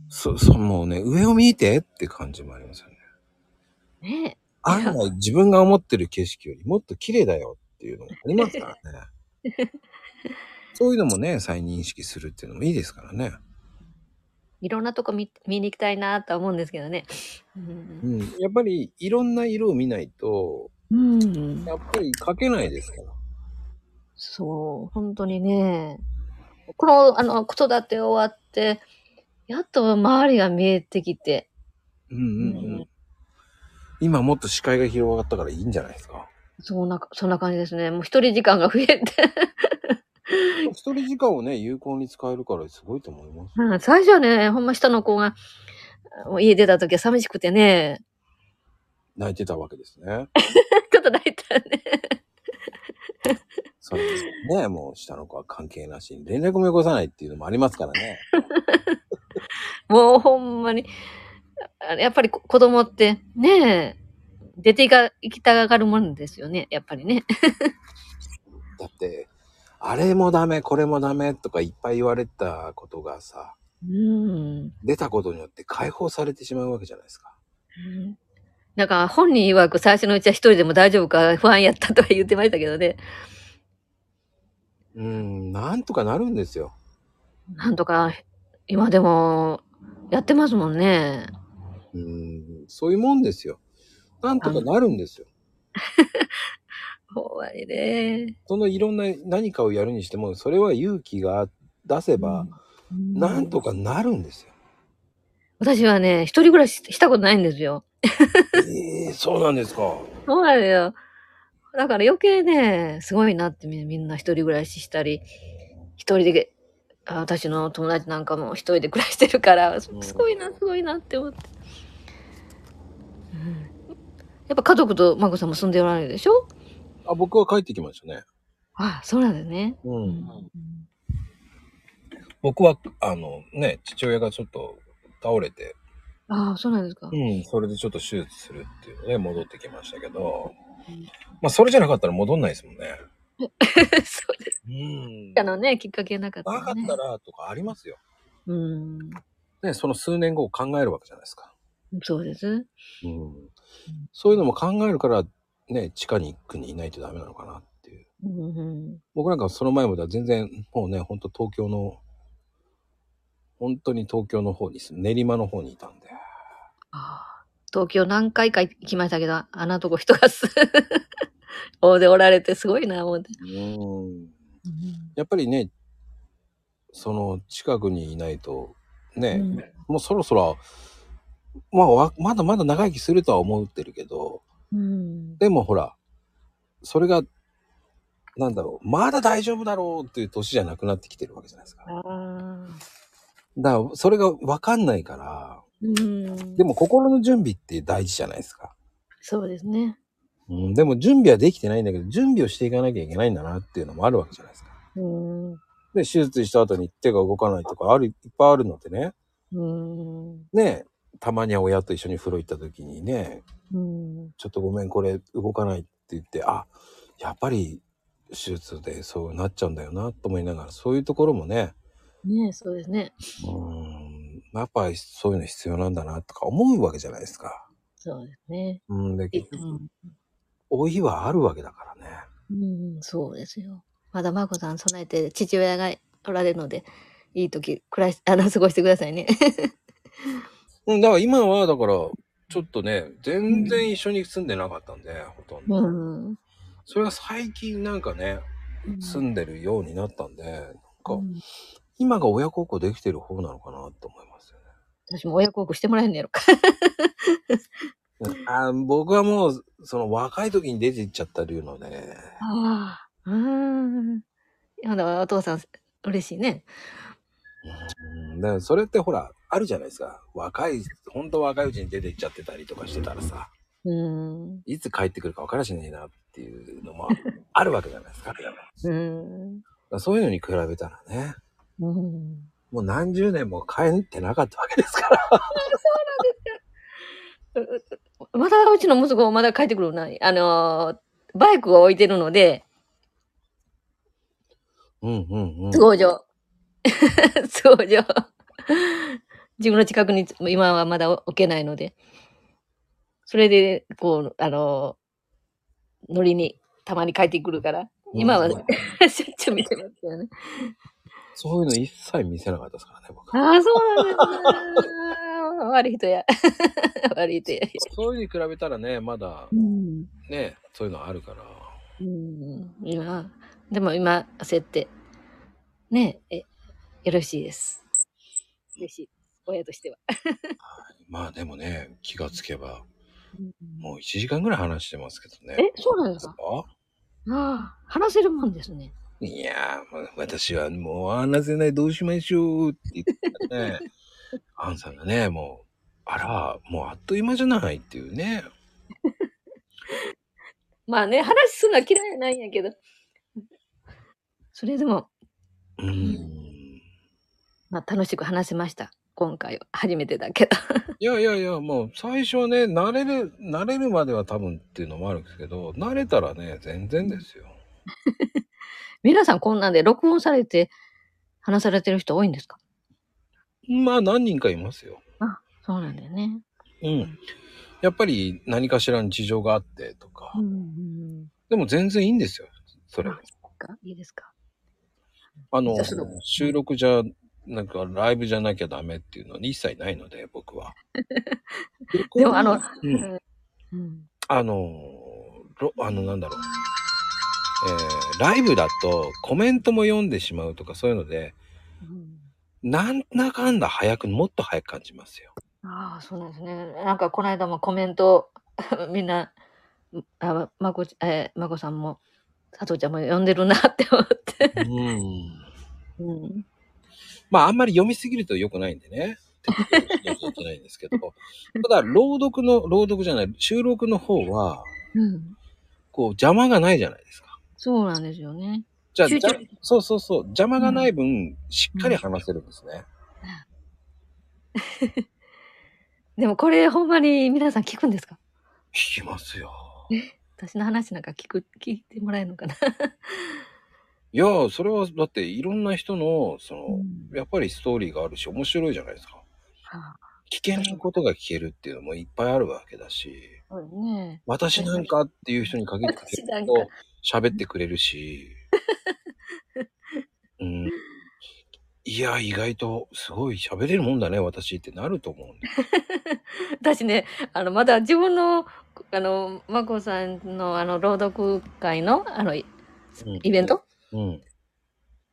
Speaker 1: そ、そ、もうね、上を見てって感じもありますよね。
Speaker 2: ね
Speaker 1: 案外自分が思ってる景色よりもっと綺麗だよっていうのがありますからね。 そういうのもね、再認識するっていうのもいいですからね。
Speaker 2: いろんなとこ見見に行きたいなとは思うんですけどね。うん
Speaker 1: うん。やっぱりいろんな色を見ないと、
Speaker 2: うん
Speaker 1: や、っぱり描けないですから。
Speaker 2: そう、本当にね。この、あの、子育て終わって、やっと周りが見えてきて、
Speaker 1: うんうんう。
Speaker 2: うん
Speaker 1: 今もっと視界が広がったからいいんじゃないです か。
Speaker 2: そんな、そんな感じですね。もう一人時間が増えて。
Speaker 1: 一人時間をね、有効に使えるからすごいと思います。
Speaker 2: うん、最初はね、ほんま下の子が、もう家出た時は寂しくてね、
Speaker 1: 泣いてたわけですね。
Speaker 2: ちょっと泣いたね。
Speaker 1: そうですね。もう下の子は関係なしに連絡もよこさないっていうのもありますからね。
Speaker 2: もうほんまに、あやっぱりこ子供ってね、出ていか、行きたがるもんですよね、やっぱりね。
Speaker 1: だって、あれもダメ、これもダメとかいっぱい言われたことがさ、
Speaker 2: うん。
Speaker 1: 出たことによって解放されてしまうわけじゃないですか。
Speaker 2: なんか本人曰く最初のうちは一人でも大丈夫か 不安やったとは言ってましたけどね。
Speaker 1: うん、なんとかなるんですよ。
Speaker 2: なんとか今でもやってますもんね。
Speaker 1: うん、そういうもんですよ。なんとかなるんですよ。
Speaker 2: ほんまにね。
Speaker 1: そのいろんな何かをやるにしても、それは勇気が出せば、なんと
Speaker 2: か。
Speaker 1: かなるんですよ。
Speaker 2: 私はね、一人暮らししたことないんですよ。
Speaker 1: ええそうなんですか。
Speaker 2: そうなんだよ。だから余計ね、すごいなってみみんな一人暮らししたり、一人で、あ私の友達なんかも一人で暮らしてるから、す
Speaker 1: うん
Speaker 2: すごいな、すごいなって思って。うん、やっぱ家族とマコさんも住んでおられるでしょ
Speaker 1: あ、僕は帰ってきましたね。
Speaker 2: あそうなんですね。
Speaker 1: う。
Speaker 2: うん
Speaker 1: 僕は、あのね、父親がちょっと倒れて、
Speaker 2: ああ、そうなんですか。
Speaker 1: うん、それでちょっと手術するっていうので戻ってきましたけど、まあそれじゃなかったら戻んないですもんね。
Speaker 2: そうです。
Speaker 1: うん。
Speaker 2: あ
Speaker 1: な
Speaker 2: のね、きっかけなかった
Speaker 1: からっ
Speaker 2: ね。
Speaker 1: たらとかありますよ。
Speaker 2: うん。
Speaker 1: ね、その数年後を考えるわけじゃないですか。
Speaker 2: そうです。
Speaker 1: うん。そういうのも考えるから、ね、地下に行くにいないとダメなのかなっていう。
Speaker 2: うんうん
Speaker 1: 僕なんかその前までは全然もうねほんと東京の本当に東京の方に住む練馬の方にいたんで
Speaker 2: ああ東京何回か行きましたけど、あんなとこ人がす、 大でおられてすごいな、思って。
Speaker 1: うんやっぱりねその近くにいないとね、
Speaker 2: うん
Speaker 1: もうそろそろまあわまだまだ長生きするとは思ってるけど
Speaker 2: うん。
Speaker 1: でもほらそれがなんだろうまだ大丈夫だろうっていう年じゃなくなってきてるわけじゃないですか。
Speaker 2: ああ。
Speaker 1: だから、それがわかんないから、
Speaker 2: うん。
Speaker 1: でも心の準備って大事じゃないですか。
Speaker 2: そうですね。
Speaker 1: うん、でも準備はできてないんだけど、準備をしていかなきゃいけないんだなっていうのもあるわけじゃないですか。
Speaker 2: うん。う
Speaker 1: で、手術した後に手が動かないとか、ある、いっぱいあるのでね。
Speaker 2: ん。
Speaker 1: ねえたまには親と一緒に風呂行った時にね、
Speaker 2: うん。
Speaker 1: ちょっとごめん、これ動かないって言って、あ、やっぱり手術でそうなっちゃうんだよなと思いながら、そういうところもね、
Speaker 2: ねそうですね。
Speaker 1: うーん、やっぱりそういうの必要なんだなとか思うわけじゃないですか。
Speaker 2: そうですね。
Speaker 1: うん、で、結
Speaker 2: う
Speaker 1: 局、
Speaker 2: ん。
Speaker 1: 老いはあるわけだからね。
Speaker 2: うん、そうですよ。まだ眞子さん備えて父親がおられるので、いい時、暮らし、あの、過ごしてくださいね。
Speaker 1: うん、だから今は、だから、ちょっとね、全然一緒に住んでなかったんで、ほとんど。
Speaker 2: うん。うん
Speaker 1: それが最近なんかね、住んでるようになったんで、なんか、
Speaker 2: うん
Speaker 1: 今が親孝行できてる方なのかなと思いますよね。
Speaker 2: 私も親孝行してもらえんのやろか。
Speaker 1: あー僕はもう、その若い時に出て行っちゃった理由のね、
Speaker 2: ああ。うん。ほな、お父さん、嬉しいね。
Speaker 1: うん、だからそれってほら、あるじゃないですか。若い、ほんと若いうちに出て行っちゃってたりとかしてたらさ、
Speaker 2: うん。
Speaker 1: いつ帰ってくるか分からしねえなっていうのもあるわけじゃないです か。だか
Speaker 2: うん。
Speaker 1: らそういうのに比べたらね、
Speaker 2: うん。
Speaker 1: もう何十年も帰ってなかったわけですから。
Speaker 2: まだうちの息子もまだ帰ってくるのない。あのーバイクを置いてるので、
Speaker 1: うんうんうん。
Speaker 2: 都合上。都合上。自分の近くに今はまだ置けないので。それで、こう、あのー乗りにたまに帰ってくるから、今は
Speaker 1: う
Speaker 2: ね
Speaker 1: ん
Speaker 2: しょっちゅう見てますよね。
Speaker 1: そういうの一切見せなかったですからね、僕。
Speaker 2: ああ、そうなんですね。悪い人や。 悪い人や。
Speaker 1: そういうのに比べたらね、まだ
Speaker 2: うん。
Speaker 1: ね、そういうのあるから。
Speaker 2: うん。今、でも今、焦って、ねえ、よろしいです。嬉しい。親としては。
Speaker 1: まあでもね、気がつけば、
Speaker 2: うん
Speaker 1: もう1時間ぐらい話してますけどね。
Speaker 2: え、そうなんですかああ、話せるもんですね。
Speaker 1: いやー、ま私はもう話せない、どうしましょうって言ってたね。 アンさんがね、もう、あら、もうあっという間じゃないっていうね。
Speaker 2: まあね、話すのは嫌いやないんやけど。それでも、
Speaker 1: うん。
Speaker 2: まあ楽しく話せました。今回は。初めてだけど。
Speaker 1: いやいやいや、もう最初はね、慣れる、慣れるまでは多分っていうのもあるんですけど、慣れたらね、全然ですよ。
Speaker 2: 皆さんこんなんで録音されて話されてる人多いんですか
Speaker 1: まあ何人かいますよ。
Speaker 2: そうなんだよね。
Speaker 1: うん。やっぱり何かしらの事情があってとか、
Speaker 2: うんうん。
Speaker 1: でも全然いいんですよ、それ。
Speaker 2: あかいいですか
Speaker 1: あの
Speaker 2: じゃあその、
Speaker 1: 収録じゃ、なんかライブじゃなきゃダメっていうのに一切ないので、僕は。
Speaker 2: でもあの、
Speaker 1: うん、
Speaker 2: うん。
Speaker 1: あの、ろあの、なんだろう。えーライブだとコメントも読んでしまうとかそういうので、
Speaker 2: うん
Speaker 1: なんだかんだ早く、もっと早く感じますよ。
Speaker 2: ああ、そうなんですね。なんかこの間もコメント、 みんな、あまこち、えーまこさんも、佐藤ちゃんも呼んでるなって思って。
Speaker 1: うん。
Speaker 2: うん。
Speaker 1: まあ、あんまり読みすぎると良くないんでね。手書きでしなきゃいけないんですけど。ただ、朗読の、朗読じゃない、収録の方は、
Speaker 2: うん。
Speaker 1: こう、邪魔がないじゃないですか。
Speaker 2: そうなんですよね。
Speaker 1: じゃあ、
Speaker 2: 集
Speaker 1: じ
Speaker 2: 中
Speaker 1: ゃそうそうそう、邪魔がない分、しっかり話せるんですね。
Speaker 2: でもこれほんまに皆さん聞くんですか
Speaker 1: 聞きますよ。
Speaker 2: 私の話なんか聞く、聞いてもらえるのかな、
Speaker 1: いやー、それは、だって、いろんな人の、その、
Speaker 2: うん
Speaker 1: やっぱりストーリーがあるし、面白いじゃないですか。
Speaker 2: はあ、
Speaker 1: 危険なことが聞けるっていうのもいっぱいあるわけだし、
Speaker 2: そうですね。
Speaker 1: 私なんかっていう人に限って
Speaker 2: 私
Speaker 1: 結
Speaker 2: なんか
Speaker 1: 構喋ってくれる し、うん。いや、意外とすごい喋れるもんだね、私ってなると思うんで。
Speaker 2: 私ね、あの、まだ自分の、あの、まこさんの、あの、朗読会の、あの、イ
Speaker 1: うん
Speaker 2: イベント、
Speaker 1: うん。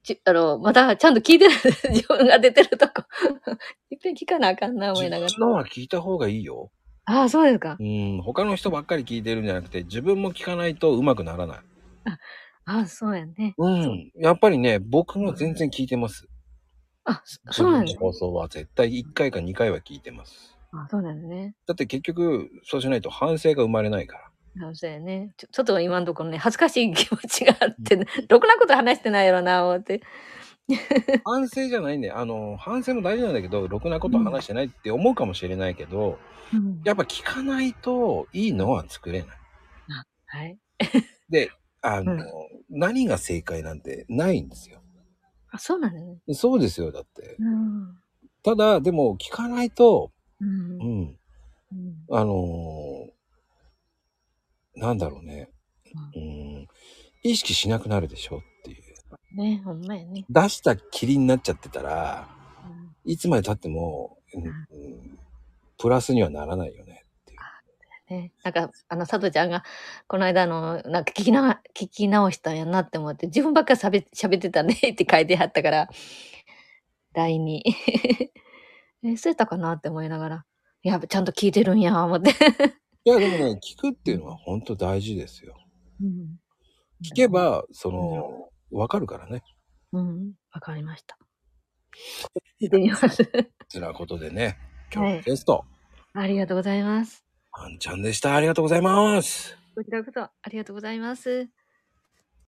Speaker 2: ち あの、まだちゃんと聞いてない 自分が出てるとこ。 いっぺん聞かなあかんな思い
Speaker 1: 自
Speaker 2: なが
Speaker 1: 分
Speaker 2: ら。
Speaker 1: のは聞いた方がいいよ。
Speaker 2: ああ、そうですか。
Speaker 1: うん、他の人ばっかり聞いてるんじゃなくて、自分も聞かないとうまくならない。
Speaker 2: ああ、そうやね。
Speaker 1: うん。やっぱりね、僕も全然聞いてます。
Speaker 2: あ、そそうなん
Speaker 1: 自
Speaker 2: です
Speaker 1: 分の放送は絶対1回か2回は聞いてます。
Speaker 2: あ、そうなんですね。
Speaker 1: だって結局、そうしないと反省が生まれないから。
Speaker 2: なのでねちょ、ちょっと今のところね、恥ずかしい気持ちがあって、ね、ろくなこと話してないやろな、思って。
Speaker 1: 反省じゃないんだよ。あの、反省も大事なんだけど、ろくなこと話してないって思うかもしれないけど、
Speaker 2: うん
Speaker 1: やっぱ聞かないといいのは作れない。
Speaker 2: はい。
Speaker 1: で、あの、
Speaker 2: うん
Speaker 1: 何が正解なんてないんですよ。
Speaker 2: あ、そうなんですね。
Speaker 1: そうですよ、だって。
Speaker 2: うん。
Speaker 1: ただ、でも聞かないと、
Speaker 2: うん
Speaker 1: う。ん、
Speaker 2: うん
Speaker 1: あのーなんだろうね。うん、意識しなくなるでしょっていう。
Speaker 2: ね、ほんまやね。
Speaker 1: 出したきりになっちゃってたら、
Speaker 2: うん
Speaker 1: いつまで経っても、うんうんプラスにはならないよねっていう。
Speaker 2: ね、なんか、あの、佐藤ちゃんが、この間の、なんか聞きな、聞き直したんやなって思って、自分ばっかしゃべ喋ってたね って書いてあったから、LINE に。 え、そうやったかなって思いながら、いや、ちゃんと聞いてるんや、思って。
Speaker 1: いや、でもね、聞くっていうのは本当大事ですよ。
Speaker 2: うん
Speaker 1: 聞け、ば、その、わかるからね。
Speaker 2: うん、わかりました。 聞いてみます。
Speaker 1: つらことでね、今
Speaker 2: は
Speaker 1: 日の
Speaker 2: い。
Speaker 1: ゲスト、
Speaker 2: ありがとうございます。
Speaker 1: あんちゃんでした。ありがとうございます。
Speaker 2: こちらこそ、ありがとうございます。